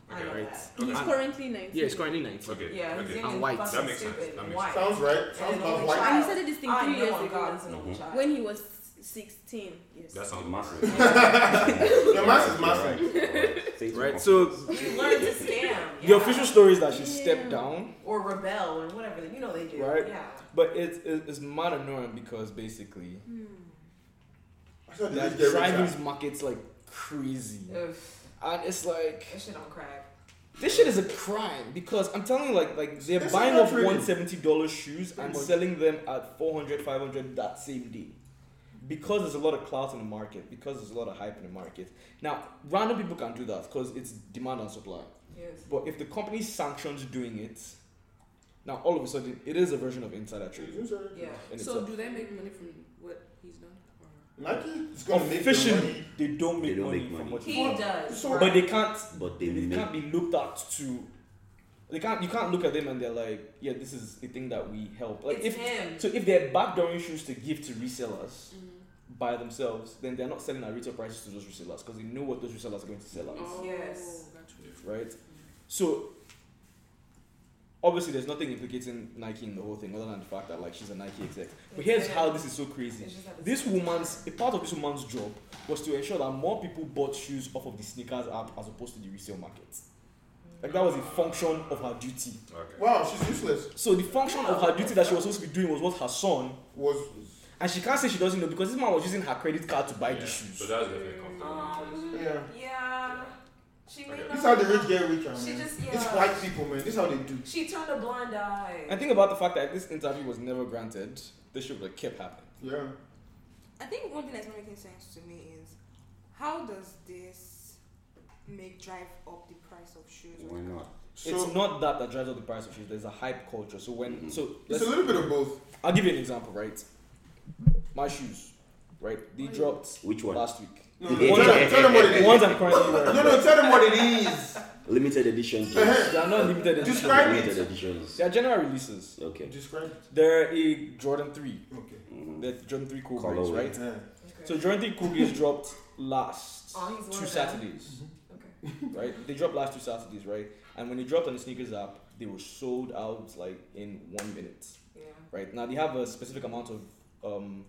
Speaker 9: I
Speaker 2: Okay,
Speaker 9: know
Speaker 4: right
Speaker 9: that.
Speaker 4: And-
Speaker 5: He's currently 19.
Speaker 4: yeah it's currently 19
Speaker 2: Okay.
Speaker 9: Yeah, he's
Speaker 2: Okay.
Speaker 9: young
Speaker 4: And
Speaker 9: and
Speaker 4: white.
Speaker 9: fucking
Speaker 2: That makes sense.
Speaker 9: stupid.
Speaker 2: That makes
Speaker 9: white.
Speaker 3: Sounds right. Sounds
Speaker 9: And only
Speaker 3: about white.
Speaker 9: <laughs> child.
Speaker 5: And he said this thing
Speaker 9: I
Speaker 5: three
Speaker 9: Ah, know
Speaker 5: years
Speaker 9: on God
Speaker 5: ago.
Speaker 9: is an only
Speaker 6: Mhm.
Speaker 9: child.
Speaker 5: When he was 16. Yes.
Speaker 2: That sounds
Speaker 4: <laughs>
Speaker 6: Massive.
Speaker 3: Your mass is massive.
Speaker 6: <laughs>
Speaker 4: right so
Speaker 9: You learn to scam.
Speaker 4: the
Speaker 9: <laughs> yeah.
Speaker 4: official story is that she
Speaker 5: Yeah.
Speaker 4: stepped down
Speaker 9: or rebel or whatever. You know they do.
Speaker 15: Right.
Speaker 9: Yeah.
Speaker 15: But it's it's it's mad annoying because basically
Speaker 5: Hmm.
Speaker 3: I said,
Speaker 15: they're
Speaker 3: did you get
Speaker 15: driving
Speaker 3: rich?
Speaker 15: these markets like crazy,
Speaker 9: Ugh,
Speaker 15: and it's like
Speaker 9: that shit on crack.
Speaker 15: this shit is a crime because I'm telling you like like they're
Speaker 3: It's
Speaker 15: buying
Speaker 3: not
Speaker 15: up
Speaker 3: really-
Speaker 15: one seventy dollars shoes and
Speaker 3: much.
Speaker 15: selling them at 400 500 that same day. Because there's a lot of clout in the market, because there's a lot of hype in the market. Now, random people can do that because it's demand and supply.
Speaker 9: Yes.
Speaker 15: But if the company sanctions doing it, now all of a sudden it is a version of insider trading.
Speaker 3: You said it.
Speaker 9: Yeah.
Speaker 15: in
Speaker 14: So
Speaker 15: itself.
Speaker 14: do they make money from what he's done? Or-
Speaker 3: Nike is gonna make your
Speaker 15: officially
Speaker 3: money.
Speaker 15: they don't
Speaker 6: They
Speaker 15: make
Speaker 6: don't
Speaker 15: money
Speaker 6: make
Speaker 15: from
Speaker 6: money.
Speaker 15: what
Speaker 9: He does.
Speaker 3: So-
Speaker 9: right.
Speaker 15: but they can't
Speaker 6: But they
Speaker 15: they
Speaker 6: make
Speaker 15: can't be looked at to they can't you can't look at them and they're like yeah this is the thing that we help like
Speaker 9: it's
Speaker 15: if
Speaker 9: him.
Speaker 15: so if they're backdooring shoes to give to resellers by themselves then they're not selling at retail prices to those resellers because they know what those resellers are going to sell at
Speaker 14: Oh,
Speaker 9: Yes.
Speaker 14: gotcha.
Speaker 15: right so obviously there's nothing implicating Nike in the whole thing other than the fact that like she's a Nike exec but
Speaker 9: It's
Speaker 15: here's
Speaker 9: him.
Speaker 15: how this is so crazy
Speaker 9: It's just that it's-
Speaker 15: this woman's a part of this woman's job was to ensure that more people bought shoes off of the sneakers app as opposed to the resale market. Like that was a function of her duty.
Speaker 2: Okay.
Speaker 3: Wow, she's useless.
Speaker 15: So the function of her duty that she was supposed to be doing was what her son,
Speaker 3: Was
Speaker 15: and she can't say she doesn't know because this man was using her credit card to buy
Speaker 2: Yeah.
Speaker 15: the
Speaker 2: So
Speaker 15: shoes.
Speaker 2: that's definitely comfortable.
Speaker 9: Um,
Speaker 3: yeah.
Speaker 9: yeah.
Speaker 13: She
Speaker 2: Okay.
Speaker 13: made
Speaker 3: This is how the
Speaker 13: them-
Speaker 3: rich get richer,
Speaker 13: She
Speaker 3: man.
Speaker 13: just
Speaker 3: It's
Speaker 13: yeah.
Speaker 3: white people, man. This is how they do.
Speaker 13: She turned a blind eye.
Speaker 4: And think about the fact that this interview was never granted. This should have kept happening.
Speaker 3: Yeah.
Speaker 9: I think one thing that's not making sense to me is how does this make drive up the price of shoes?
Speaker 6: Why not?
Speaker 3: So Mm-hmm.
Speaker 4: it's not that that drives up the price of shoes. There's a hype culture. So when
Speaker 6: Mhm.
Speaker 4: so
Speaker 3: it's
Speaker 4: let's,
Speaker 3: a little bit of both.
Speaker 4: I'll give you an example, right? My shoes, right? They dropped
Speaker 6: Which one?
Speaker 4: last week.
Speaker 3: No,
Speaker 6: The
Speaker 3: no, tell, them, tell them what it
Speaker 4: The
Speaker 3: is.
Speaker 4: ones I'm currently wearing.
Speaker 3: No, no, tell them what it
Speaker 4: <laughs>
Speaker 3: is.
Speaker 6: <laughs> Limited edition. James.
Speaker 3: Uh-huh.
Speaker 4: They are not limited edition.
Speaker 3: Describe it.
Speaker 6: Limited editions.
Speaker 4: They are general releases.
Speaker 6: Okay.
Speaker 3: Describe it.
Speaker 4: They're a Jordan 3.
Speaker 3: Okay.
Speaker 6: Mhm.
Speaker 4: They're Jordan 3 cool Breeze,
Speaker 6: Colorway.
Speaker 4: right?
Speaker 3: Yeah.
Speaker 4: So Jordan 3 cool Breeze dropped last
Speaker 13: Oh, he's one
Speaker 4: two
Speaker 13: of them. Mm-hmm.
Speaker 4: Saturdays. Right? They dropped last two Saturdays, right? And when they dropped on the sneakers app, they were sold out like in one minute.
Speaker 13: Yeah.
Speaker 4: Right? Now they have a specific amount of um,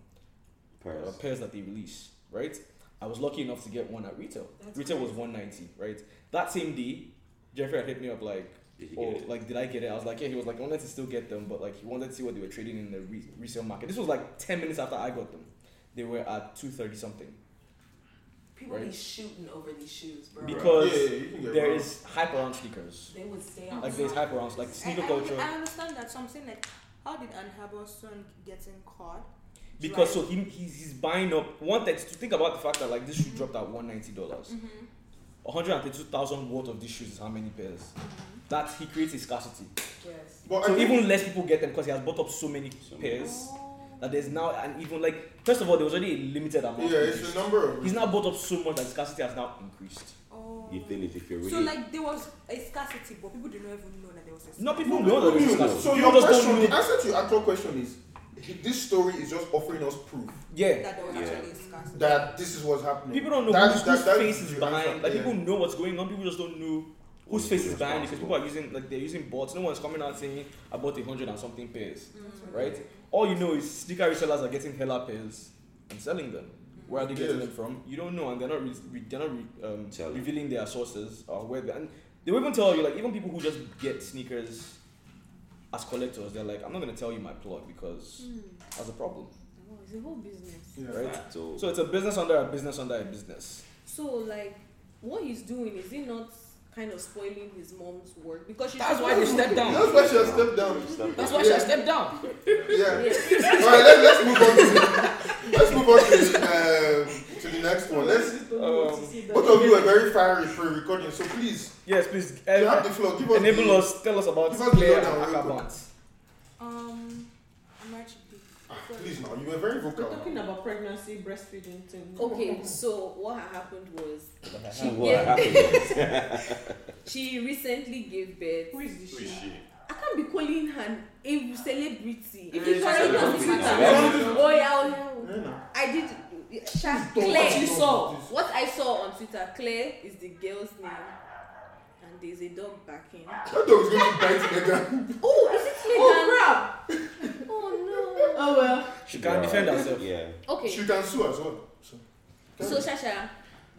Speaker 4: uh,
Speaker 6: Pairs.
Speaker 4: pairs that they release, right? I was lucky enough to get one at retail.
Speaker 13: That's
Speaker 4: retail was 190, right? That same day, Jeffrey had hit me up like,
Speaker 6: Did you
Speaker 4: oh,
Speaker 6: get it?
Speaker 4: like did I get it? I was like, yeah. He was like, I wanted to still get them, but like he wanted to see what they were trading in the re- resale market. This was like 10 minutes after I got them. They were at 230 something
Speaker 13: People be
Speaker 4: Right.
Speaker 13: shooting over these shoes, bro.
Speaker 4: because
Speaker 3: Yeah, yeah, you can get
Speaker 4: there
Speaker 3: around.
Speaker 4: is hype around sneakers.
Speaker 13: they would stay outside.
Speaker 4: Like there's hype around like sneaker
Speaker 11: I, I,
Speaker 4: culture.
Speaker 11: I understand that, so I'm saying like, how did Anne Harbor's son getting caught?
Speaker 4: because so he, he's, he's buying up one thing to think about the fact that like this shoe dropped at 190 dollars 132000 worth of these shoes is how many pairs that he creates a scarcity
Speaker 13: Yes.
Speaker 3: But I
Speaker 4: so
Speaker 3: think,
Speaker 4: even less people get them because he has bought up so many
Speaker 6: So many.
Speaker 4: pairs
Speaker 5: Oh.
Speaker 4: that there's now and even like first of all there was already a limited amount
Speaker 3: yeah, it's
Speaker 4: produced.
Speaker 3: a number of.
Speaker 4: he's now bought up so much that scarcity has now increased
Speaker 11: Oh.
Speaker 6: You think it if you're really.
Speaker 11: so like there was a scarcity, but people did not even know that there was a scarcity.
Speaker 4: no people know that there's a scarcity
Speaker 3: So your
Speaker 4: people just don't
Speaker 3: question,
Speaker 4: know
Speaker 3: the answer to your actual question is, this story is just offering us proof
Speaker 4: yeah
Speaker 11: that there was
Speaker 6: Yeah.
Speaker 11: actually a scarcity.
Speaker 3: that this is what's happening.
Speaker 4: people don't know
Speaker 3: That's-
Speaker 4: whose,
Speaker 3: that-
Speaker 4: whose
Speaker 3: that's
Speaker 4: face is
Speaker 3: the
Speaker 4: behind
Speaker 3: answer,
Speaker 4: like
Speaker 3: yeah.
Speaker 4: people know what's going on people just don't know whose
Speaker 6: Who's
Speaker 4: face is behind because
Speaker 6: responsible?
Speaker 4: people are using like they're using bots. No one's coming out saying I bought a hundred and something pairs,
Speaker 11: Mm-hmm.
Speaker 4: right? All you know is sneaker resellers are getting hella pairs and selling them. Where are they getting
Speaker 3: Yes.
Speaker 4: them from? You don't know, and they're not re- re- they're not re- um,
Speaker 6: Telling.
Speaker 4: revealing their sources or where. They, and they will even tell you like even people who just get sneakers as collectors, they're like, I'm not gonna tell you my plot because that's a problem,
Speaker 11: Oh, it's a whole business.
Speaker 3: Yeah.
Speaker 4: right?
Speaker 6: So,
Speaker 4: So it's a business under a business under a business.
Speaker 5: So like, what he's doing is he not kind of spoiling his mom's work because she's
Speaker 4: That's why they stepped down.
Speaker 3: That's why she has stepped down.
Speaker 6: Step
Speaker 5: That's
Speaker 6: down.
Speaker 5: why she stepped down.
Speaker 3: Yeah. All right, let, let's move on. To the, let's move on to the, um, to the next one. Let's.
Speaker 4: Um,
Speaker 3: Both of you are very fiery pre-recording, so please,
Speaker 4: Yes, please.
Speaker 3: you
Speaker 4: Uh,
Speaker 3: have the floor. Give us
Speaker 4: enable
Speaker 3: the,
Speaker 4: us. Tell us about
Speaker 3: Give us the
Speaker 4: player
Speaker 3: lowdown real quick.
Speaker 4: Akabant.
Speaker 11: Um, I'm actually
Speaker 3: Ah, please now, you were very
Speaker 5: We're
Speaker 3: vocal.
Speaker 5: talking about pregnancy, breastfeeding thing.
Speaker 11: Oh.
Speaker 5: Okay, so what had happened was
Speaker 6: See what happened.
Speaker 5: she recently gave birth.
Speaker 13: Who is this
Speaker 2: Who is she?
Speaker 5: I can't be calling her a celebrity. If
Speaker 3: Eh,
Speaker 5: you call her
Speaker 3: celebrity.
Speaker 5: a
Speaker 3: Celebrity.
Speaker 5: celebrity, oh yeah, oh yeah.
Speaker 3: Yeah, nah.
Speaker 5: I did. Sha-
Speaker 3: Don't
Speaker 5: Claire.
Speaker 3: you saw?
Speaker 5: What I saw on Twitter, Claire is the girl's name, and there's a dog backing.
Speaker 11: Oh,
Speaker 3: That dog is going to bite Megan.
Speaker 5: Oh, is it Megan? Oh crap! Oh no! Oh well.
Speaker 4: She can't defend herself.
Speaker 6: Yeah.
Speaker 5: Okay.
Speaker 3: She can sue as well. So,
Speaker 5: So Shasha,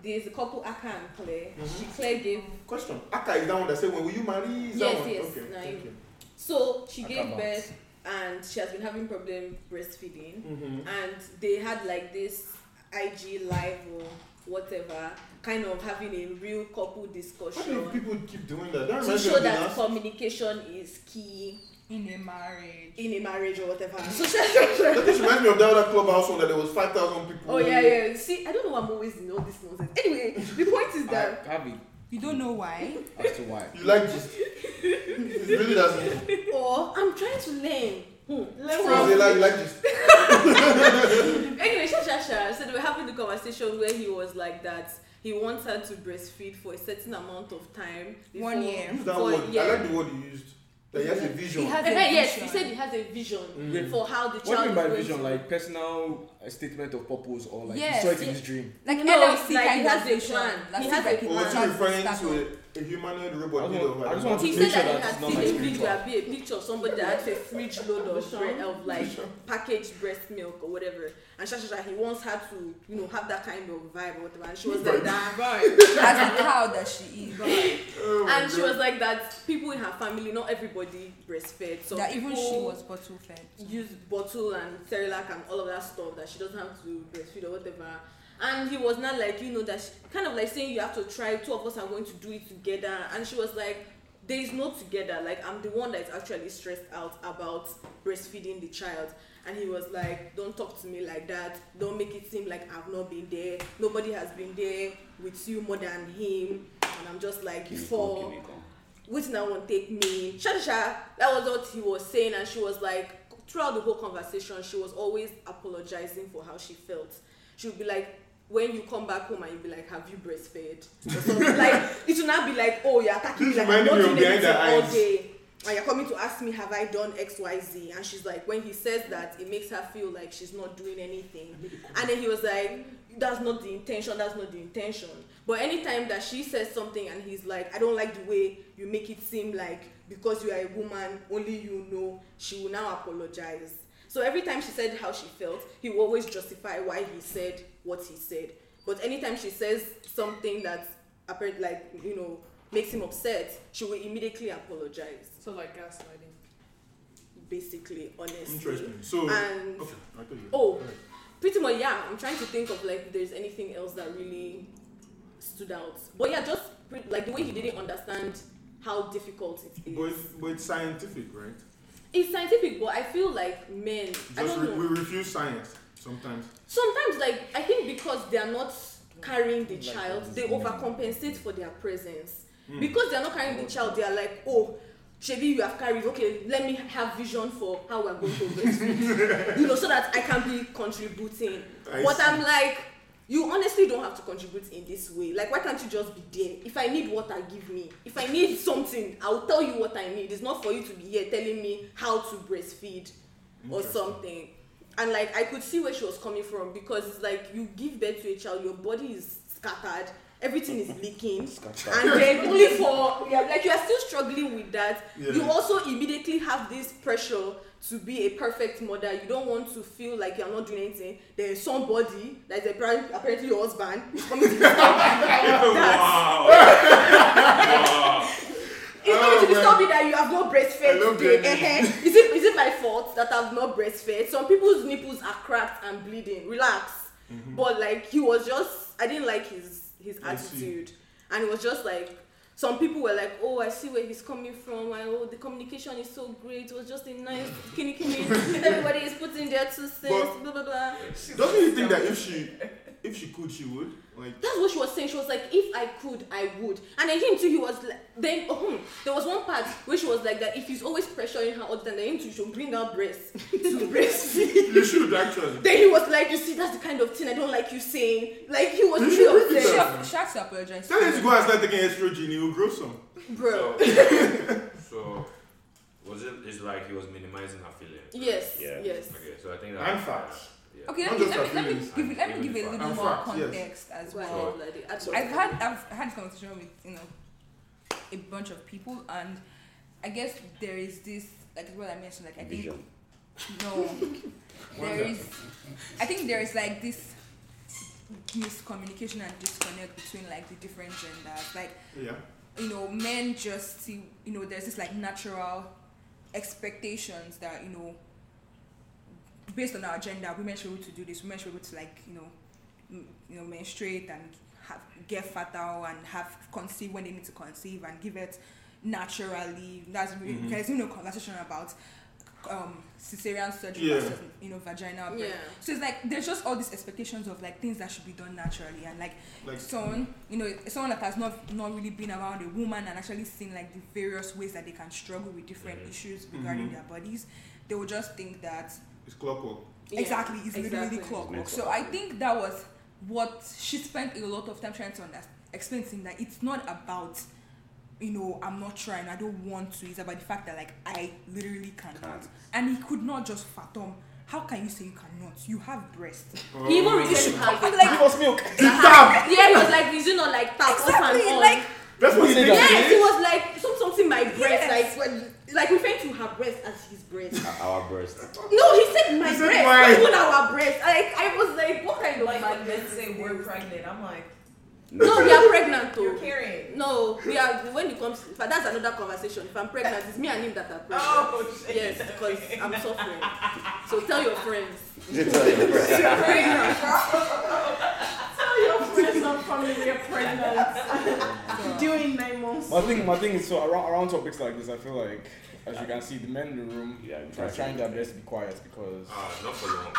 Speaker 5: there's a couple Aka and Claire. She Claire gave
Speaker 3: question. Aka is that one that said, "When will you marry?" Is that
Speaker 5: Yes,
Speaker 3: one?
Speaker 5: yes,
Speaker 3: Okay.
Speaker 5: now
Speaker 3: Thank
Speaker 5: you-
Speaker 3: you.
Speaker 5: so she gave
Speaker 4: Akabans.
Speaker 5: birth and she has been having problem breastfeeding
Speaker 3: Mm-hmm.
Speaker 5: and they had like this IG live or whatever kind of having a real couple
Speaker 3: How do
Speaker 5: discussion
Speaker 3: people keep doing that? That
Speaker 5: to
Speaker 3: reminds me
Speaker 5: show
Speaker 3: of the
Speaker 5: that
Speaker 3: last.
Speaker 5: communication is key
Speaker 7: In a marriage.
Speaker 5: in a marriage or whatever. <laughs> So Shasha,
Speaker 3: That just reminds me of that other clubhouse one that there was five thousand people.
Speaker 5: oh yeah, yeah. See, I don't know. why I'm always in all this nonsense. Anyway, the point is
Speaker 4: I
Speaker 3: <laughs>
Speaker 5: that.
Speaker 4: have it
Speaker 7: You don't know why.
Speaker 4: as to why.
Speaker 3: You like this?
Speaker 5: <laughs>
Speaker 3: it's really that simple.
Speaker 5: or I'm trying to learn. Hmm.
Speaker 3: Because they like you like this.
Speaker 5: Anyway, Sha Sha Sha. So they were having the conversation where he was like that. He wants her to breastfeed for a certain amount of time.
Speaker 7: One
Speaker 5: before-
Speaker 7: year.
Speaker 3: Use that
Speaker 5: for-
Speaker 3: word. I
Speaker 5: yeah.
Speaker 3: like the word you used. That he has a vision.
Speaker 7: He has
Speaker 5: Eh,
Speaker 7: a
Speaker 5: eh, yes, he
Speaker 7: vision.
Speaker 5: said he has a vision
Speaker 3: Mm.
Speaker 5: for how the
Speaker 4: What do
Speaker 5: child.
Speaker 4: you mean by
Speaker 5: is going
Speaker 4: vision?
Speaker 5: to-
Speaker 4: Like personal uh, statement of purpose or like he
Speaker 7: Yes,
Speaker 4: saw it in
Speaker 5: yeah.
Speaker 4: his dream?
Speaker 7: Like
Speaker 5: No,
Speaker 7: LLC
Speaker 5: it's like
Speaker 7: kind
Speaker 5: he has
Speaker 7: of
Speaker 5: a
Speaker 7: vision.
Speaker 5: plan.
Speaker 7: Like
Speaker 5: He has a
Speaker 7: Stacco.
Speaker 3: Or was he referring
Speaker 7: Stacco.
Speaker 3: to a, a humanoid
Speaker 4: I
Speaker 3: robot?
Speaker 4: just
Speaker 3: made
Speaker 4: want,
Speaker 3: of
Speaker 4: I just
Speaker 3: like-
Speaker 4: want to
Speaker 5: He
Speaker 4: make
Speaker 5: said
Speaker 4: sure
Speaker 5: that he
Speaker 4: that it's
Speaker 5: had
Speaker 4: not
Speaker 5: seen
Speaker 4: like
Speaker 5: a video,
Speaker 4: spiritual.
Speaker 5: a bit- a picture of somebody that had a fridge load of, bre- of like packaged breast milk or whatever. And Sha Sha Sha, he wants her to, you know, have that kind of vibe or whatever. And she was like that.
Speaker 7: As a cow that she
Speaker 5: <laughs>
Speaker 7: is.
Speaker 3: Oh my
Speaker 5: and she
Speaker 3: God.
Speaker 5: was like that people in her family not everybody breastfed so
Speaker 7: that even she
Speaker 5: people
Speaker 7: was bottle fed.
Speaker 5: use bottle and cerelac and all of that stuff that she doesn't have to breastfeed or whatever And he was not like, you know, that she, kind of like saying you have to try, two of us are going to do it together. And she was like, there is no together. Like, I'm the one that's actually stressed out about breastfeeding the child. And he was like, don't talk to me like that. Don't make it seem like I've not been there. Nobody has been there with you more than him. And I'm just like,
Speaker 6: Give me
Speaker 5: before
Speaker 6: come, give me come.
Speaker 5: which now won't take me. Sha sha sha. That was what he was saying, and she was like, throughout the whole conversation, she was always apologizing for how she felt. She would be like, when you come back home and you'll be like, have you breastfed? Or
Speaker 3: <laughs>
Speaker 5: something. like, it should not be like, oh, you're attacking me
Speaker 3: Please
Speaker 5: like
Speaker 3: remind
Speaker 5: I'm not
Speaker 3: me of
Speaker 5: doing
Speaker 3: behind
Speaker 5: anything
Speaker 3: the
Speaker 5: all
Speaker 3: eyes.
Speaker 5: day. And you're coming to ask me, have I done X, Y, Z? And she's like, when he says that, it makes her feel like she's not doing anything. And then he was like, that's not the intention, that's not the intention. But anytime that she says something and he's like, I don't like the way you make it seem like because you are a woman, only you know, she will now apologize. So every time she said how she felt, he will always justify why he said what he said. But anytime she says something that apparent like, you know, makes him upset, she will immediately apologize.
Speaker 16: So like gaslighting.
Speaker 5: Basically, honestly.
Speaker 3: Interesting. So-
Speaker 5: and
Speaker 3: okay, I thought you-
Speaker 5: oh,
Speaker 3: alright.
Speaker 5: pretty much yeah. I'm trying to think of like if there's anything else that really stood out. But yeah, just pre- like the way he didn't understand how difficult it is.
Speaker 3: But it's, but it's scientific, right?
Speaker 5: It's scientific, but I feel like men. I
Speaker 3: Just
Speaker 5: don't
Speaker 3: re-
Speaker 5: know.
Speaker 3: we refuse science sometimes.
Speaker 5: sometimes like i think because they are not carrying the child
Speaker 3: um,
Speaker 5: they overcompensate for their presence
Speaker 3: Mm.
Speaker 5: because they are not carrying the child they are like oh shebi you have carried okay let me have vision for how we are going
Speaker 3: <laughs>
Speaker 5: to breastfeed you know so that i can be contributing
Speaker 3: I
Speaker 5: but
Speaker 3: see. <laughs>
Speaker 5: i'm like you honestly don't have to contribute in this way like why can't you just be there if i need water give me if i need something i will tell you what i need it's not for you to be here telling me how to breastfeed or
Speaker 16: Interesting.
Speaker 5: something and like i could see where she was coming from because it's like you give birth to a child your body is scattered everything is leaking
Speaker 16: <laughs> Scattered.
Speaker 5: and then only for yeah, like you are still struggling with that
Speaker 16: Yeah.
Speaker 5: you also immediately have this pressure to be a perfect mother you don't want to feel like you're not doing anything there's somebody like appar- apparently your husband is
Speaker 16: <laughs>
Speaker 5: coming to disturb you
Speaker 2: Wow.
Speaker 5: It's
Speaker 2: Oh,
Speaker 5: going to disturb
Speaker 2: man.
Speaker 5: me that you have
Speaker 2: I
Speaker 5: not
Speaker 2: love
Speaker 5: breastfed today.
Speaker 2: Granny.
Speaker 5: Eh-heh. Is it is it my fault that I've not breastfed? Some people's nipples are cracked and bleeding. Relax. But like he was just I didn't like his his
Speaker 16: I see.
Speaker 5: attitude. And it was just like some people were like, Oh, I see where he's coming from and oh the communication is so great. It was just a nice kinny kinny everybody is putting their two cents,
Speaker 3: But-
Speaker 5: blah blah blah.
Speaker 3: Doesn't you think that if she if she could, she would? Like
Speaker 5: That's what she was saying. She was like, if I could, I would. And then him too, he was like, then um, there was one part where she was like that. If he's always pressuring her all the time, then him too should bring out breasts <laughs> to breastfeed.
Speaker 3: you should actually.
Speaker 5: Then he was like, you see, that's the kind of thing I don't like you saying. Like he was
Speaker 3: You
Speaker 5: really
Speaker 3: should bring it
Speaker 5: upset.
Speaker 3: up. She- she
Speaker 5: has to apologize.
Speaker 3: Tell her to go and start taking estrogen, he will grow some.
Speaker 5: Bro.
Speaker 2: So, was it? It's like he was minimizing her feeling.
Speaker 5: Yes, Yeah. yes.
Speaker 2: Okay, so I think that.
Speaker 3: And facts.
Speaker 2: Yeah.
Speaker 9: Okay, let me, let, me, let, me give, let me give a little
Speaker 2: And
Speaker 9: more
Speaker 2: facts, yes.
Speaker 9: context as
Speaker 5: Right,
Speaker 9: well.
Speaker 5: bloody absolutely.
Speaker 9: I've had I've had this conversation with you know a bunch of people, and I guess there is this like what I mentioned. Like I think
Speaker 6: Vision.
Speaker 9: no, there
Speaker 6: Wonder.
Speaker 9: is. I think there is like this miscommunication and disconnect between like the different genders. Like
Speaker 3: Yeah.
Speaker 9: you know, men just see, you know, there's this like natural expectations that, you know, based on our gender, women should be able to do this, women should be able to like, you know, m- you know, menstruate and have, get fertile and have conceive when they need to conceive and give it naturally. That's really,
Speaker 16: Mhm.
Speaker 9: there's, you know, conversation about um cesarean surgery
Speaker 16: Yeah.
Speaker 9: versus, you know, vaginal birth.
Speaker 5: Yeah.
Speaker 9: So it's like there's just all these expectations of like things that should be done naturally and like,
Speaker 16: Like-
Speaker 9: someone you know someone that has not not really been around a woman and actually seen like the various ways that they can struggle with different issues regarding
Speaker 3: Mhm.
Speaker 17: Mm-hmm.
Speaker 9: their bodies, they will just think that
Speaker 3: It's clockwork.
Speaker 9: exactly it's literally
Speaker 3: exactly.
Speaker 9: clockwork.
Speaker 3: It's
Speaker 9: So I think that was what she spent a lot of time trying to understand, explain to him that it's not about you know I'm not trying, I don't want to. It's about the fact that like I literally cannot,
Speaker 6: Can't.
Speaker 9: and he could not just fathom. How can you say you cannot? You have breasts.
Speaker 5: Oh. He even referred to her
Speaker 9: I'm
Speaker 5: as
Speaker 9: like,
Speaker 5: Give us
Speaker 18: milk.
Speaker 5: yeah, he was like, is it not like tap up
Speaker 9: Exactly,
Speaker 5: and on?
Speaker 9: like-
Speaker 3: That's what he thinks
Speaker 5: Yes,
Speaker 3: it
Speaker 5: he
Speaker 3: is.
Speaker 5: was like some, something my breast,
Speaker 9: Yes.
Speaker 5: like when, like referring to her breast as his breast.
Speaker 6: Our breast.
Speaker 5: No, he said my
Speaker 17: He said
Speaker 5: breast.
Speaker 17: mine.
Speaker 5: Not even our breast. Like I was like, what kind of
Speaker 17: Like
Speaker 5: man
Speaker 17: when men say we're pregnant, I'm like,
Speaker 5: No, we are pregnant. Though.
Speaker 17: You're carrying.
Speaker 5: No, we are. When it comes, but that's another conversation. If I'm pregnant, it's me and him that are pregnant.
Speaker 17: <laughs> Oh, shit.
Speaker 5: yes, because I'm suffering. So tell your friends.
Speaker 6: Tell your friends.
Speaker 5: Pregnant.
Speaker 4: My thing, my thing is so around, around topics like this. I feel like, as you can see, the men in the room are trying their best to be quiet because.
Speaker 2: Ah, not for
Speaker 9: <laughs>
Speaker 2: long.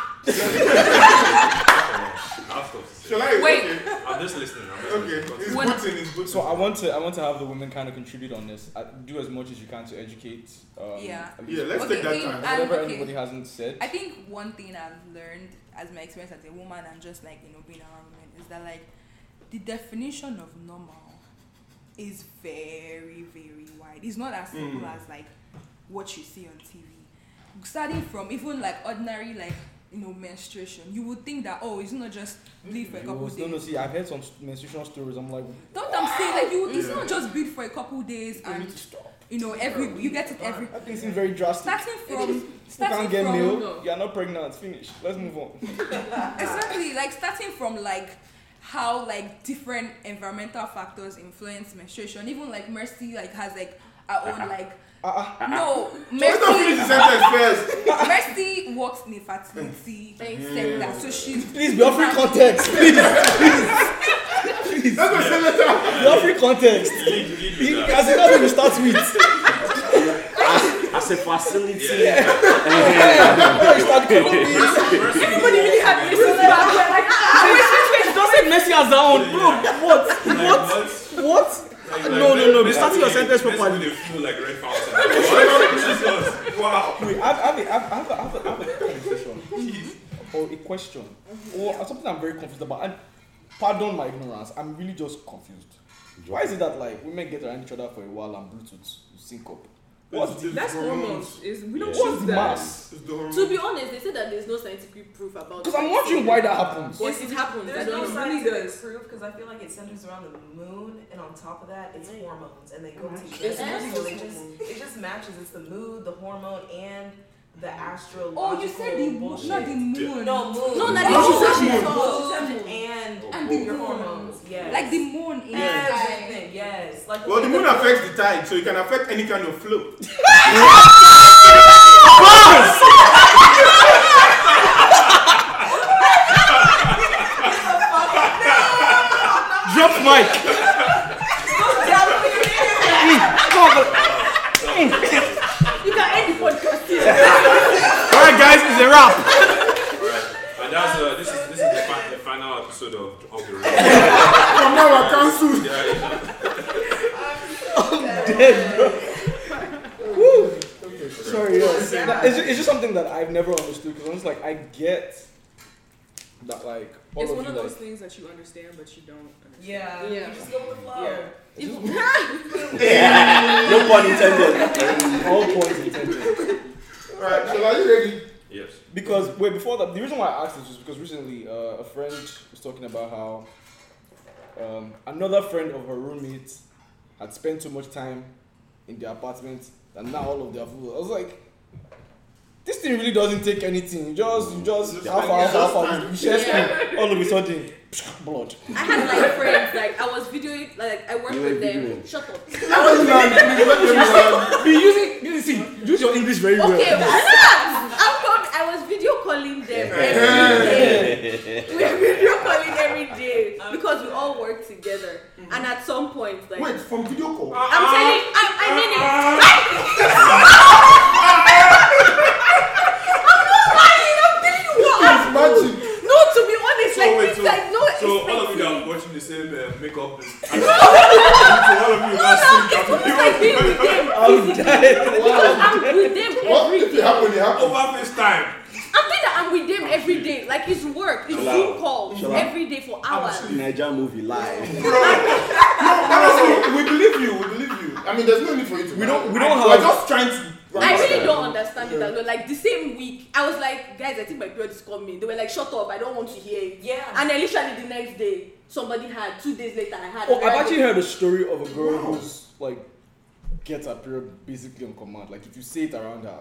Speaker 2: I have stuff to say.
Speaker 3: Shall I?
Speaker 7: Wait.
Speaker 3: Okay.
Speaker 2: I'm just listening. I'm just
Speaker 3: Okay.
Speaker 2: listening.
Speaker 3: It's
Speaker 7: When-
Speaker 3: good thing. It's good
Speaker 4: So
Speaker 3: thing.
Speaker 4: I want to, I want to have the women kind of contribute on this. I, do as much as you can to educate. Um,
Speaker 7: Yeah.
Speaker 4: at least
Speaker 3: Yeah, let's
Speaker 7: Okay,
Speaker 3: take that
Speaker 7: we-
Speaker 3: time.
Speaker 7: I-
Speaker 4: whatever
Speaker 7: okay.
Speaker 4: anybody hasn't said.
Speaker 7: I think one thing I've learned as my experience as a woman and just like you know being around women is that like the definition of normal is very very wide. It's not as simple
Speaker 3: Mm.
Speaker 7: as like what you see on TV. Starting from even like ordinary like you know menstruation, you would think that oh it's not just bleed for a
Speaker 4: It
Speaker 7: couple
Speaker 4: was-
Speaker 7: days.
Speaker 4: no, no. See, I've heard some menstruational stories. I'm like,
Speaker 7: Don't I'm saying like you it's
Speaker 3: Yeah.
Speaker 7: not just bleed for a couple days
Speaker 4: I need
Speaker 7: and
Speaker 4: to stop.
Speaker 7: you know every you get it every
Speaker 4: That thing seems very drastic.
Speaker 7: starting from
Speaker 4: you
Speaker 7: starting
Speaker 4: can't get
Speaker 7: from
Speaker 4: milk. You're not pregnant. Finish. Let's move on.
Speaker 13: Ah.
Speaker 7: exactly like starting from like how like different environmental factors influence menstruation even like mercy like has like our own like
Speaker 4: Ah,
Speaker 7: no
Speaker 3: Let's not finish the
Speaker 7: mercy
Speaker 3: sentence first.
Speaker 7: mercy works in the fertility sector so she's
Speaker 4: Please be
Speaker 19: <laughs>
Speaker 4: offering context. Please,
Speaker 3: That's my sentence.
Speaker 4: be offering context.
Speaker 2: Lead, lead with that.
Speaker 4: Because that's what we start with.
Speaker 6: As a facility,
Speaker 4: That's what we start with.
Speaker 5: Everybody really had this back.
Speaker 19: Don't say Messi has that one, bro. What?
Speaker 2: Like, what?
Speaker 19: What?
Speaker 2: Like, like,
Speaker 19: No, no, no. Be
Speaker 2: let's
Speaker 19: starting your
Speaker 2: make-
Speaker 19: sentence
Speaker 2: let's
Speaker 19: properly.
Speaker 2: make They feel like red fountain. Jesus, wow.
Speaker 4: Wait, I have, I have, a- I have, a- I have, a- I have a conversation or a question or something I'm very confused about. And pardon my ignorance, I'm really just confused. Why is it that like women get around each other for a while and Bluetooth you sync up? What's the,
Speaker 3: That's hormones.
Speaker 11: Is we
Speaker 6: don't
Speaker 4: what's the mass?
Speaker 3: It's the hormones.
Speaker 5: To be honest, they say that there's no scientific proof about
Speaker 4: Because I'm wondering why that happens.
Speaker 5: Yes, it happens. I
Speaker 13: There's
Speaker 5: don't
Speaker 13: no
Speaker 5: know.
Speaker 13: scientific proof because I feel like it centers around the moon, and on top of that, it's hormones, and they go together.
Speaker 5: It's
Speaker 13: So they
Speaker 5: hormones.
Speaker 13: just it just matches. It's the mood, the hormone, and the astrological.
Speaker 7: oh you said the mo-
Speaker 13: bullshit.
Speaker 7: not the moon Oh,
Speaker 13: No moon.
Speaker 5: No,
Speaker 13: Moon
Speaker 5: that is
Speaker 3: Moon.
Speaker 5: she said she saw.
Speaker 13: and and
Speaker 3: Oh,
Speaker 7: And the
Speaker 13: your
Speaker 7: moon.
Speaker 13: hormones. Yes.
Speaker 7: like the moon is like
Speaker 13: everything. Yes. Like
Speaker 3: Well, the moon affects the tide, so it can affect any kind of flow.
Speaker 19: Drop mic. Mm, come on, come on.
Speaker 5: You can end the podcast here.
Speaker 19: All right, guys, it's a wrap.
Speaker 2: Alright. And that's uh, this is this is the, fi- the final episode of of the
Speaker 19: <laughs>
Speaker 2: Red.
Speaker 3: From now, I cancel.
Speaker 2: Yeah,
Speaker 3: Okay.
Speaker 4: Sorry, yes. That- It's, just, it's just something that I've never understood. Because I'm just like, I get that like all
Speaker 9: It's
Speaker 4: of
Speaker 9: one
Speaker 4: you
Speaker 9: of
Speaker 4: like.
Speaker 9: those things that you understand but you don't understand.
Speaker 13: Yeah.
Speaker 5: Yeah.
Speaker 13: You just go with the flow.
Speaker 9: Yeah.
Speaker 6: no pun intended.
Speaker 4: all points intended.
Speaker 3: All right. So are you ready?
Speaker 2: yes.
Speaker 4: Because wait, before that, the reason why I asked this was because recently uh, a friend was talking about how um, another friend of her roommate had spent so much time in their apartment and now all of their food. I was like, this thing really doesn't take anything. You just, you just,
Speaker 3: Just
Speaker 4: how
Speaker 3: like
Speaker 4: far,
Speaker 3: it's
Speaker 4: how
Speaker 3: just
Speaker 4: far,
Speaker 3: time.
Speaker 4: you share screen. All of a sudden, blood.
Speaker 5: I had like friends, like I was videoing, like I worked
Speaker 6: You were
Speaker 5: with them.
Speaker 6: videoing.
Speaker 5: Shut
Speaker 3: <laughs>
Speaker 5: up. Okay,
Speaker 3: Let me learn, please, let me learn.
Speaker 19: Be using, you see, use your English very well.
Speaker 5: but I'm called, I was video calling them every day. we were video calling every day
Speaker 9: Um,
Speaker 5: because we all worked together.
Speaker 9: mm-hmm.
Speaker 5: And at some point, like
Speaker 3: Wait, from video call.
Speaker 2: Ah.
Speaker 5: I'm telling,
Speaker 9: Um,
Speaker 5: I, I mean
Speaker 9: uh,
Speaker 5: it.
Speaker 3: It's magic.
Speaker 5: No, to be honest, like
Speaker 2: wait,
Speaker 5: this, like no, it's
Speaker 2: so all
Speaker 5: like,
Speaker 2: of you that are watching the same uh, makeup, and, <laughs> and so all of you that
Speaker 5: it's
Speaker 2: same
Speaker 5: almost like being with them
Speaker 4: <laughs> I'm dead.
Speaker 5: because I'm with them
Speaker 3: What
Speaker 5: every
Speaker 3: if it
Speaker 5: day.
Speaker 3: happen? It happen.
Speaker 2: over this time.
Speaker 5: I think that I'm with them every day. Like it's work, it's
Speaker 6: Shut
Speaker 5: Zoom
Speaker 6: up.
Speaker 5: calls
Speaker 6: Shut up.
Speaker 5: every day for hours.
Speaker 6: Niger movie live.
Speaker 3: Honestly, we believe you. We believe you. I mean, there's no need for you to.
Speaker 4: We don't- we
Speaker 3: lie.
Speaker 4: don't
Speaker 3: We're
Speaker 4: have-
Speaker 3: just trying to.
Speaker 5: I really don't understand it at all. Like the same week, I was like, guys, I think my period is coming. They were like, shut up, I don't want to hear it.
Speaker 13: Yeah.
Speaker 5: And then literally the next day, somebody had two days later, I had.
Speaker 4: Oh, I've
Speaker 5: period.
Speaker 4: actually heard a story of a girl who's like gets her period basically on command. Like if you say it around her.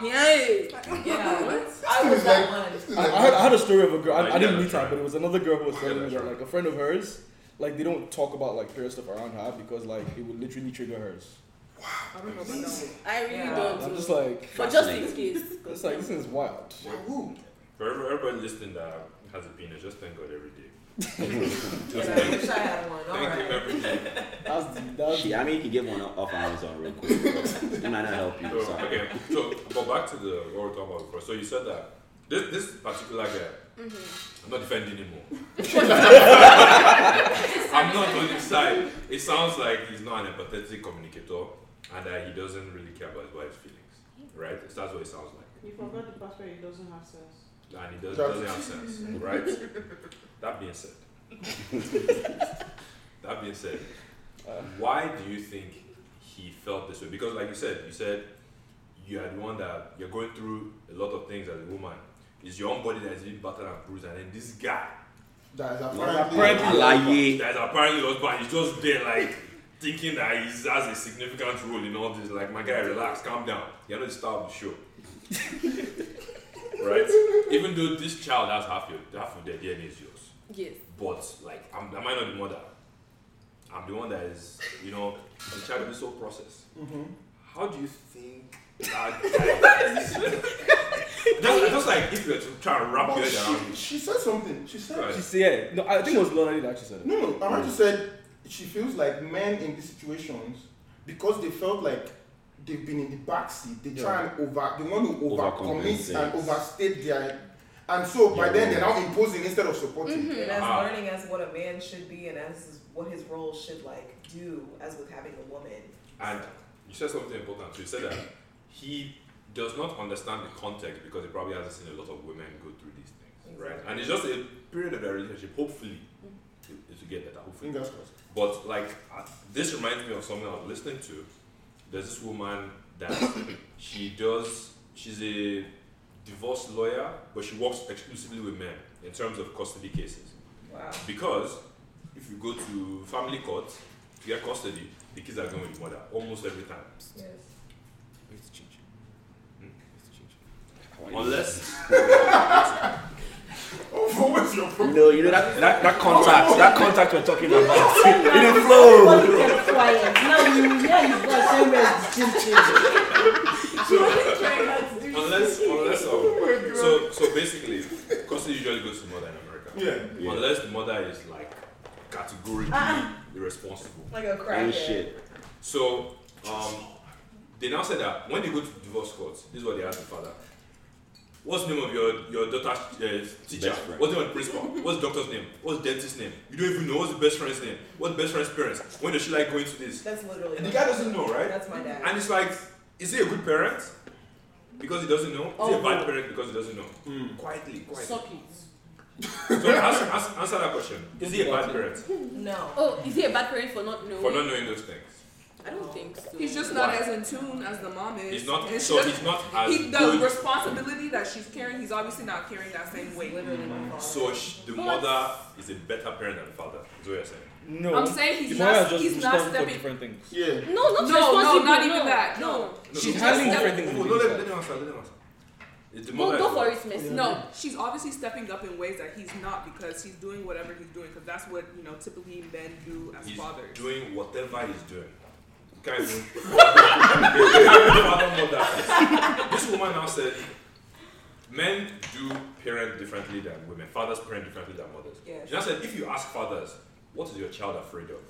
Speaker 5: Yay. <laughs>
Speaker 9: <laughs>
Speaker 13: Yeah.
Speaker 3: This
Speaker 13: I
Speaker 3: thing
Speaker 13: was
Speaker 3: is
Speaker 13: that
Speaker 3: like-
Speaker 13: one.
Speaker 3: this is
Speaker 4: I,
Speaker 3: like-
Speaker 4: I, heard, I heard a story of a girl. I,
Speaker 2: Like,
Speaker 4: I didn't
Speaker 2: yeah,
Speaker 4: meet her,
Speaker 2: that's
Speaker 4: but it was another girl who was telling me
Speaker 2: that's
Speaker 4: that
Speaker 2: right.
Speaker 4: like a friend of hers, like they don't talk about like period stuff around her because like it would literally trigger hers.
Speaker 9: I don't know about that one.
Speaker 5: I really
Speaker 13: Yeah.
Speaker 5: don't.
Speaker 4: I'm just like,
Speaker 5: but just in case.
Speaker 4: it's like this is wild.
Speaker 3: Ooh.
Speaker 2: For every- everybody listening that has a penis, just thank God every <laughs> day.
Speaker 13: Yeah, I wish I had one. All
Speaker 2: Thank him
Speaker 13: right.
Speaker 2: every day. <laughs>
Speaker 4: That's that's
Speaker 6: Shit, I mean, you can get one off Amazon real quick. It might not help you.
Speaker 2: So,
Speaker 6: Sorry.
Speaker 2: okay, so but back to the what we were talking about before. So you said that this this particular guy,
Speaker 4: <laughs>
Speaker 2: I'm not defending him. <laughs> more. I'm not on his side. It sounds like he's not an empathetic communicator and that he doesn't really care about his wife's feelings, right? That's what it sounds like.
Speaker 11: You forgot the part where it doesn't have sense.
Speaker 2: and it does,
Speaker 3: That's-
Speaker 2: doesn't have sense, right? that being said, that being said, why do you think he felt this way? Because, like you said, you said you are the one that you're going through a lot of things as a woman. It's your own body that is being battered and bruised, and then this guy
Speaker 3: That is
Speaker 6: Apparently,
Speaker 3: apparently.
Speaker 6: Alaye.
Speaker 2: that is apparently your husband he's just there, like thinking that he has a significant role in all this. Like, my guy, relax, calm down. You're not the star of the show. right? Even though this child has half your half of their DNA is yours.
Speaker 5: Yes.
Speaker 2: But like, I'm, am I not the mother? I'm the one that is, you know, in charge of this whole process.
Speaker 3: Mhm.
Speaker 2: How do you think that? just, just like if you're to try and wrap your
Speaker 3: But
Speaker 2: head around
Speaker 3: she, she said something. She said.
Speaker 2: Right.
Speaker 4: She said, yeah. No, I think it was Lonnie that actually said it.
Speaker 3: No, no. Amaju said she feels like men in these situations because they felt like they've been in the backseat. They try and over, they want to overcommit
Speaker 6: Overcompensate.
Speaker 3: and overstate their, and so by
Speaker 6: Yeah.
Speaker 3: then they're now imposing instead of supporting.
Speaker 9: Mm-hmm.
Speaker 13: And as
Speaker 2: Ah.
Speaker 13: learning as what a man should be and as what his role should like do as with having a woman.
Speaker 2: And you said something important. too. You said that he does not understand the context because he probably hasn't seen a lot of women go through these things, right? And it's just a period of their relationship. Hopefully, it- it's to get better. Hopefully,
Speaker 3: Fingers crossed. <laughs>
Speaker 2: but like uh, this reminds me of something I was listening to. There's this woman that <coughs> she does. She's a divorce lawyer, but she works exclusively with men in terms of custody cases.
Speaker 13: Wow.
Speaker 2: Because if you go to family court to get custody, the kids are going with the mother almost every time.
Speaker 13: Yes.
Speaker 2: Unless
Speaker 3: Oh, what's your problem?
Speaker 6: No, you know that, that, that contact, that contact we're talking about. It didn't flow.
Speaker 11: Everybody kept quiet. Now you hear his voice somewhere it's still changing.
Speaker 2: unless unless um, so so basically custody usually goes to mother in America.
Speaker 3: Yeah.
Speaker 6: Yeah.
Speaker 2: Unless the mother is like categorically irresponsible.
Speaker 13: Like a crackhead.
Speaker 6: Oh shit.
Speaker 2: So um, they now said that when they go to divorce court, this is what they ask the father. What's the name of your your daughter's uh, teacher?
Speaker 6: Best friend.
Speaker 2: What's the name of the principal? What's the doctor's name? What's the dentist's name? You don't even know what's the best friend's name. What's the best friend's parents? When does she like going to this?
Speaker 13: That's literally.
Speaker 2: The guy doesn't know, right?
Speaker 13: That's my dad.
Speaker 2: And it's like, is he a good parent because he doesn't know? Is he a
Speaker 11: Oh,
Speaker 2: bad
Speaker 11: no.
Speaker 2: parent because he doesn't know?
Speaker 3: Hmm.
Speaker 2: Quietly, quietly.
Speaker 11: Suck it.
Speaker 2: So, answer, answer, answer that question. Is he a bad parent for
Speaker 13: no.
Speaker 5: Oh, is he a bad parent for not knowing?
Speaker 2: not knowing those things?
Speaker 5: I don't think so.
Speaker 9: He's just not
Speaker 2: Why?
Speaker 9: as in tune as the mom is.
Speaker 2: He's not.
Speaker 9: And she
Speaker 2: So
Speaker 9: doesn't-
Speaker 2: he's not as
Speaker 9: he, the
Speaker 2: good.
Speaker 9: responsibility that she's carrying, he's obviously not carrying that same weight.
Speaker 13: Literally my father.
Speaker 2: So sh the mother is a better parent than the father. Is what you're saying.
Speaker 4: No. <laughs>
Speaker 9: I'm saying
Speaker 4: The
Speaker 9: he's
Speaker 4: mother
Speaker 9: not.
Speaker 4: just
Speaker 9: He's not
Speaker 4: responsible for
Speaker 9: stepping.
Speaker 4: different things.
Speaker 3: Yeah.
Speaker 5: no, not
Speaker 9: No, no,
Speaker 5: responsible,
Speaker 9: not even that. No,
Speaker 4: She's
Speaker 2: no,
Speaker 4: handling
Speaker 2: no, Oh,
Speaker 4: different things
Speaker 2: No,
Speaker 4: with
Speaker 2: no,
Speaker 4: each
Speaker 2: let,
Speaker 4: other.
Speaker 2: let him answer. Let him answer. It's the
Speaker 5: Go,
Speaker 2: mother.
Speaker 5: go for it, Messi.
Speaker 9: no. She's obviously stepping up in ways that he's not because he's doing whatever he's doing because that's what you know typically men do as
Speaker 2: He's
Speaker 9: fathers.
Speaker 2: doing whatever he's doing. You Can't even. You can't even fathom what that is. This woman now said, men do parent differently than women. Fathers parent differently than mothers.
Speaker 13: Yes.
Speaker 2: She now said, if you ask fathers, what is your child afraid of?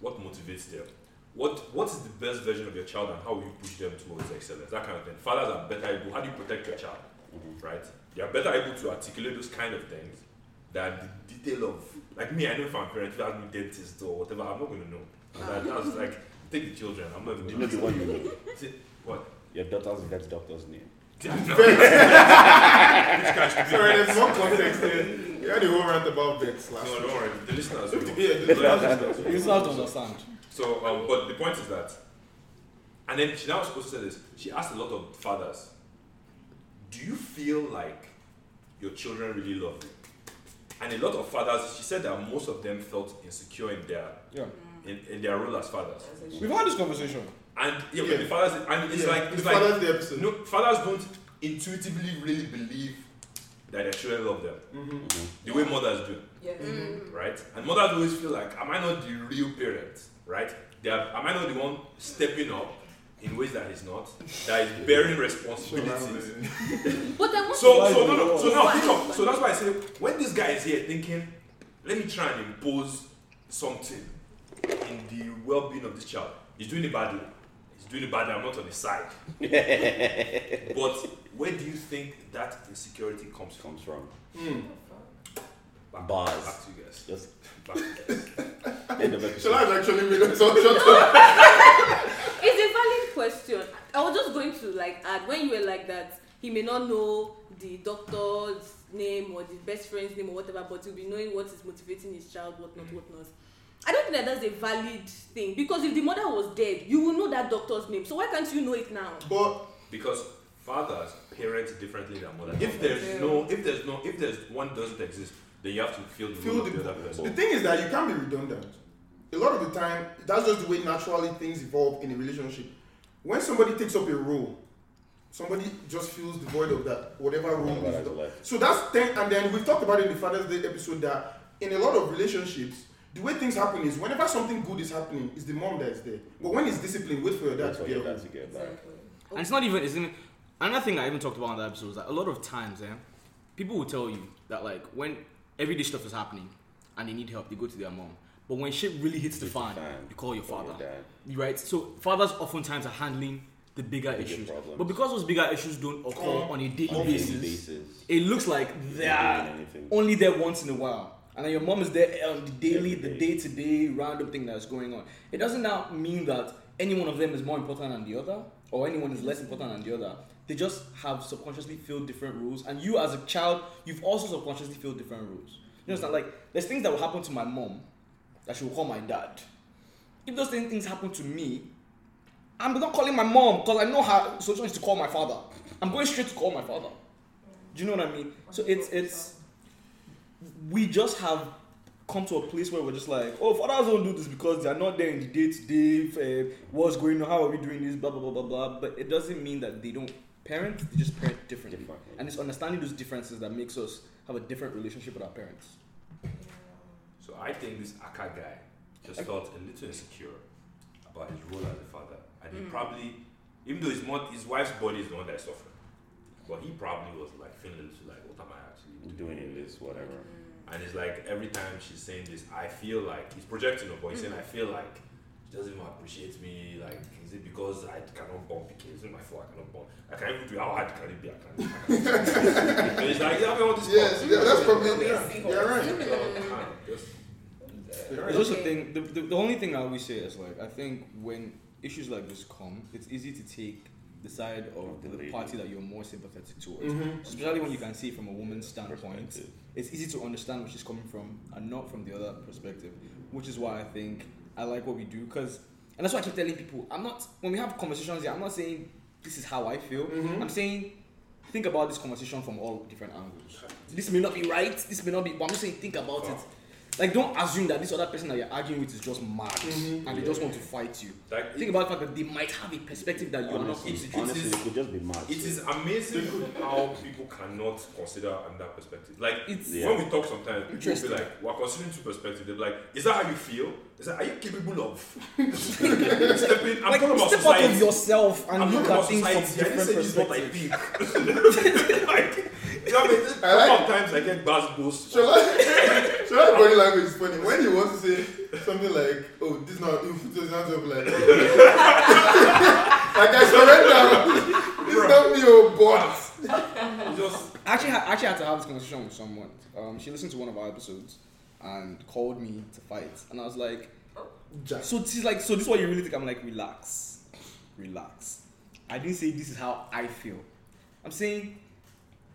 Speaker 2: What motivates them? What What is the best version of your child, and how will you push them towards excellence? That kind of thing. Fathers are better able. How do you protect your child?
Speaker 6: Mm-hmm.
Speaker 2: Right? They are better able to articulate those kind of things than the detail of like me. I know if I'm parent, if I have me dentist or whatever, I'm not going to know. That, that's like take the children. I'm not
Speaker 6: You
Speaker 2: even.
Speaker 6: know the one you know.
Speaker 2: What?
Speaker 6: Your daughter's vet doctor's <laughs> name.
Speaker 3: Sorry, there's <laughs> no context there. You had the whole rant about bets last
Speaker 2: No,
Speaker 3: week.
Speaker 2: don't worry. The listeners. will know.
Speaker 3: <laughs> Yeah,
Speaker 2: The
Speaker 3: the
Speaker 2: listeners will know.
Speaker 4: It's not to understand.
Speaker 2: So, um, but the point is that, and then she now supposed to say this. She asked a lot of fathers, "Do you feel like your children really love you?" And a lot of fathers, she said that most of them felt insecure in their
Speaker 4: Yeah.
Speaker 2: in, in their role as fathers.
Speaker 4: We've had this conversation.
Speaker 2: And yeah,
Speaker 3: Yeah.
Speaker 2: but the fathers, and it's
Speaker 3: Yeah,
Speaker 2: like it's
Speaker 3: it's
Speaker 2: like
Speaker 3: Father's Day episode.
Speaker 2: no, fathers don't intuitively really believe that their children love them Mm-hmm.
Speaker 3: Mhm.
Speaker 2: the way mothers do
Speaker 13: Yeah.
Speaker 5: Mm-hmm.
Speaker 2: right? And mothers always feel like, am I not the real parent, right? They are, am I not the one stepping up in ways that is not, that is bearing responsibilities.
Speaker 11: But then what
Speaker 2: so
Speaker 11: if-
Speaker 2: so no no so now
Speaker 11: Why?
Speaker 2: think of so that's why I say when this guy is here thinking, let me try and impose something in the well-being of this child. He's doing it badly. He's doing it badly. I'm not on his side. but where do you think that insecurity comes from? Comes
Speaker 6: from.
Speaker 2: Hmm. Back,
Speaker 6: Bars.
Speaker 2: Back to you guys.
Speaker 6: Just
Speaker 2: back to you guys.
Speaker 6: End of episode.
Speaker 3: Shola has actually made us all shut up.
Speaker 5: it's a valid question. I was just going to like add when you were like that, he may not know the doctor's name or the best friend's name or whatever, but he'll be knowing what is motivating his child, whatnot, whatnot. I don't think that that's a valid thing because if the mother was dead, you will know that doctor's name. So why can't you know it now?
Speaker 3: <laughs> But
Speaker 2: because fathers parent differently than mothers. If there's no, if there's no, if there's one doesn't exist, then you have to feel the
Speaker 3: Fill
Speaker 2: role
Speaker 3: the-
Speaker 2: of the other person.
Speaker 3: The thing is that you can't be redundant. A lot of the time, that's just the way naturally things evolve in a relationship. When somebody takes up a role, somebody just fills the void of that whatever role.
Speaker 6: Whatever
Speaker 3: is-
Speaker 6: is left.
Speaker 3: So that's thing. And then we've talked about it in the Father's Day episode that in a lot of relationships, the way things happen is whenever something good is happening, it's the mom that is there. But when it's discipline, wait for your dad
Speaker 6: That's
Speaker 3: to
Speaker 6: what
Speaker 3: get
Speaker 6: you
Speaker 3: up.
Speaker 6: got to get back.
Speaker 19: And it's not even isn't another thing I even talked about on that episode is that a lot of times, eh, people will tell you that like when everyday stuff is happening and they need help, they go to their mom. But when shit really hits the fan, Oh, you call your
Speaker 6: Call your
Speaker 19: father.
Speaker 6: dad.
Speaker 19: You right? So fathers oftentimes are handling the bigger
Speaker 6: Bigger
Speaker 19: issues.
Speaker 6: problems.
Speaker 19: But because those bigger issues don't occur
Speaker 3: Mm.
Speaker 19: on a daily
Speaker 6: On a daily
Speaker 19: basis,
Speaker 6: basis.
Speaker 19: it looks like
Speaker 6: doing
Speaker 19: they're
Speaker 6: anything.
Speaker 19: only there once in a while. And then your mom is there on the daily,
Speaker 6: Every
Speaker 19: the
Speaker 6: day.
Speaker 19: day to day random thing that's going on. It doesn't now mean that any one of them is more important than the other or anyone is less important than the other. They just have subconsciously filled different rules. And you, as a child, you've also subconsciously filled different rules. You understand? Like, there's things that will happen to my mom that she will call my dad. If those same things happen to me, I'm not calling my mom because I know her solution is to call my father. I'm going straight to call my father. Do you know what I mean? So it's it's we just have come to a place where we're just like, oh, fathers don't do this because they're not there in the day to day. uh, What's going on? How are we doing this? Blah blah blah blah blah. But it doesn't mean that they don't parent. They just parent differently.
Speaker 6: Differently.
Speaker 19: And it's understanding those differences that makes us have a different relationship with our parents.
Speaker 2: So I think this Aka guy just felt a little insecure about his role as a father, and he probably, even though his mom, his wife's body is the one that's suffering, but he probably was like feeling a little like, what am I actually doing?
Speaker 6: Doing it is whatever.
Speaker 2: And it's like every time she's saying this, I feel like he's projecting, but he's saying I feel like she doesn't even appreciate me. Like, is it because I cannot bump again? Is it my fault? I cannot bump. I can't even do. How hard can it be? I can't. I can't. And it's like, yeah, I'm on this.
Speaker 3: Yes,
Speaker 2: call.
Speaker 3: yeah, that's probably
Speaker 2: Yeah.
Speaker 3: yeah, you're right.
Speaker 2: So, I just-
Speaker 4: It's
Speaker 3: You're right.
Speaker 4: also thing. The, the, the only thing I always say is like I think when issues like this come, it's easy to take the side of
Speaker 6: Of the
Speaker 4: the,
Speaker 6: lady.
Speaker 4: party that you're more sympathetic towards,
Speaker 3: Mhm.
Speaker 4: especially when you can see it from a woman's standpoint.
Speaker 6: Perspective.
Speaker 4: It's easy to understand where she's coming from and not from the other perspective, which is why I think I like what we do because, and that's why I keep telling people I'm not when we have conversations here. I'm not saying this is how I feel.
Speaker 3: Mhm.
Speaker 4: I'm saying think about this conversation from all different angles. This may not be right. This may not be. But I'm just saying think about it. Like, don't assume that this other person that you're arguing with is just mad
Speaker 6: Mm-hmm.
Speaker 3: Mhm.
Speaker 4: and they just want to fight you.
Speaker 2: Like,
Speaker 4: Think about the fact that they might have a perspective that you are not
Speaker 6: Honestly,
Speaker 4: into.
Speaker 2: it
Speaker 6: honestly,
Speaker 2: is-
Speaker 6: it could just be mad.
Speaker 2: It is amazing how people cannot consider another perspective. Like
Speaker 4: It's-
Speaker 2: when we talk sometimes, people will
Speaker 4: Interesting.
Speaker 2: be like, "We're considering two perspectives." They're like, "Is that how you feel? Is that are you capable of <laughs> stepping?" I'm
Speaker 19: like,
Speaker 2: talking about
Speaker 19: step out
Speaker 2: society.
Speaker 19: of yourself and
Speaker 2: I'm
Speaker 19: look
Speaker 2: talking
Speaker 19: at
Speaker 2: about
Speaker 19: things from
Speaker 2: society. I didn't
Speaker 19: different
Speaker 2: say this is what I
Speaker 19: perspectives.
Speaker 2: think. <laughs> like, you know what I mean?
Speaker 3: I like-
Speaker 2: Sometimes I get bad boost.
Speaker 3: <laughs> Shola, Shola's body language is funny. When he wants to say something like, "Oh, this not," he puts his hands up like, <laughs> "Like I surrender." <laughs> It's not me, oh, boss.
Speaker 2: Just
Speaker 4: I actually, ha- actually had to have this conversation with someone. Um, she listened to one of our episodes and called me to fight. And I was like,
Speaker 3: Jack.
Speaker 4: so she's like, so this is what you really think? I'm like, relax. Relax. I didn't say this is how I feel. I'm saying,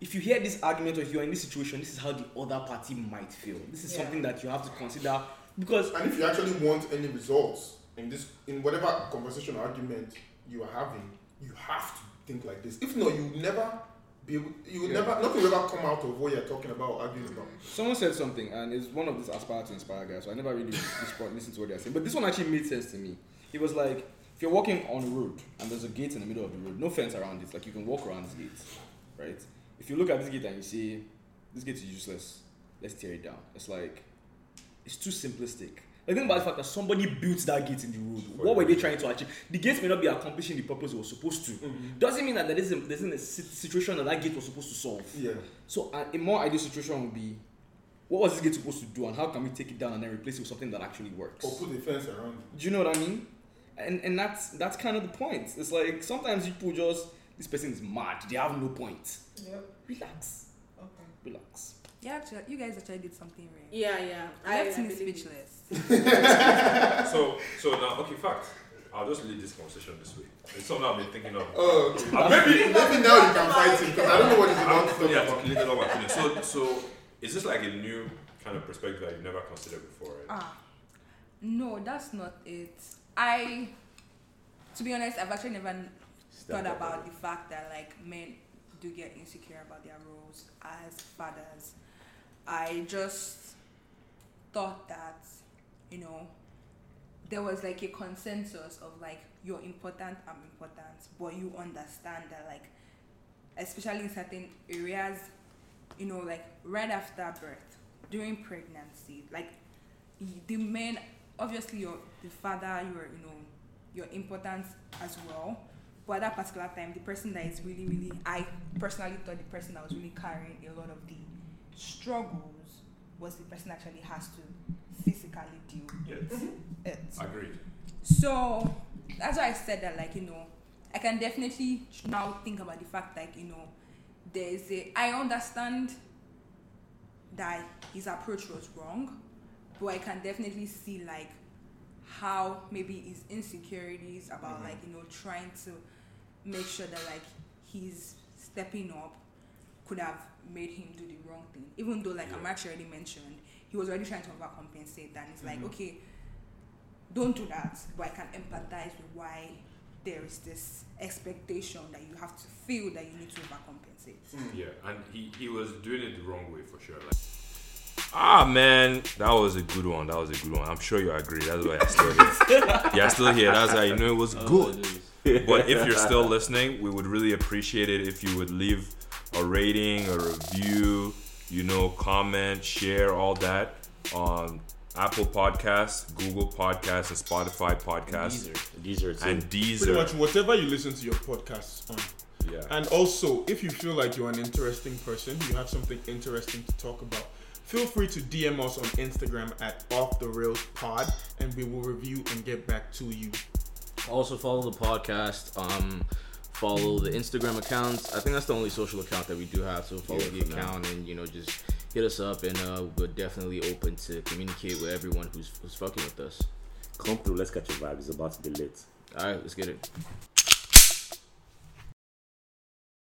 Speaker 4: if you hear this argument or if you're in this situation, this is how the other party might feel. This is
Speaker 7: Yeah.
Speaker 4: something that you have to consider because
Speaker 3: And if you actually want any results in this, in whatever conversation or argument you are having, you have to think like this. If not, you will never be able, you will
Speaker 4: Yeah.
Speaker 3: never, nothing will ever come out of what you're talking about or arguing about.
Speaker 4: Someone said something, and it's one of these aspire to inspire guys. So I never really <laughs> respond, listen to what they're saying, but this one actually made sense to me. It was like if you're walking on a road and there's a gate in the middle of the road, no fence around it, like you can walk around this gate, right? If you look at this gate and you say this gate is useless, let's tear it down. It's like it's too simplistic. Like, think about the fact that somebody built that gate in the road. what were they trying to achieve? The gate may not be accomplishing the purpose it was supposed to.
Speaker 20: Mm-hmm.
Speaker 4: Doesn't mean that there isn't, there isn't a si- situation that that gate was supposed to solve.
Speaker 20: Yeah.
Speaker 4: So a, a more ideal situation would be, what was this gate supposed to do, and how can we take it down and then replace it with something that actually works?
Speaker 20: Or put a fence around it.
Speaker 4: Do you know what I mean? And and that's that's kind of the point. It's like sometimes people just this person is mad. They have no point.
Speaker 9: Yep.
Speaker 4: Relax.
Speaker 9: Okay.
Speaker 4: Relax.
Speaker 7: Yeah, actually, you guys actually did something right.
Speaker 5: Yeah, yeah. I-
Speaker 7: Left
Speaker 5: I
Speaker 7: me
Speaker 5: believe you.
Speaker 7: speechless.
Speaker 2: so, so now, okay, fact. I'll just lead this conversation this way. It's something I've been thinking of.
Speaker 20: Oh, okay.
Speaker 2: Uh, maybe,
Speaker 20: Maybe now you can fight him, 'cause I don't know what he's about to talk
Speaker 2: Yeah,
Speaker 20: about.
Speaker 2: articulated all my feelings. So, so is this like a new kind of perspective that you've never considered before? Right?
Speaker 7: Ah, no, that's not it. I, to be honest, I've actually never n-
Speaker 2: Stand
Speaker 7: thought
Speaker 2: up for
Speaker 7: about the fact that like men do get insecure about their roles as fathers. I just thought that, you know, there was like a consensus of like you're important, I'm important, but you understand that like, especially in certain areas, you know, like right after birth, during pregnancy, like y- the men, obviously you're the father, you're you know, your importance as well. But at that particular time, the person that is really, really, I personally thought the person that was really carrying a lot of the struggles was the person that actually has to physically deal
Speaker 2: Yes.
Speaker 7: with it.
Speaker 2: Agreed.
Speaker 7: So that's why I said that, like, you know, I can definitely now think about the fact, like, you know, there is a. I understand that his approach was wrong, but I can definitely see, like, how maybe his insecurities about,
Speaker 21: Mhm.
Speaker 7: like, you know, trying to make sure that, like, he's stepping up could have made him do the wrong thing. Even though, like, I'm actually already mentioned, he was already trying to overcompensate that. And it's like,
Speaker 21: Mhm.
Speaker 7: okay, don't do that but i can empathize with why there is this expectation that you have to feel that you need to overcompensate
Speaker 2: Yeah, and he, he was doing it the wrong way for sure. Like, ah man, that was a good one. That was a good one. I'm sure you agree. That's why you're still
Speaker 3: <laughs>
Speaker 2: here. you're still here. That's how you know it was
Speaker 3: Oh,
Speaker 2: good. But if you're still listening, we would really appreciate it if you would leave a rating, a review, you know, comment, share, all that on Apple Podcasts, Google Podcasts, and Spotify Podcasts.
Speaker 3: Deezer
Speaker 2: And Deezer.
Speaker 3: Pretty much whatever you listen to your podcasts on.
Speaker 2: Yeah.
Speaker 3: And also, if you feel like you're an interesting person, you have something interesting to talk about, feel free to DM us on Instagram at Off the Rails Pod, and we will review and get back to you.
Speaker 22: Also follow the podcast. Um, follow the Instagram accounts. I think that's the only social account that we do have. So follow
Speaker 3: Yeah,
Speaker 22: the
Speaker 3: for now.
Speaker 22: account and you know just hit us up, and uh, we're definitely open to communicate with everyone who's who's fucking with us.
Speaker 3: Come through. Let's catch a vibe. It's about to be lit.
Speaker 22: All right, let's get it.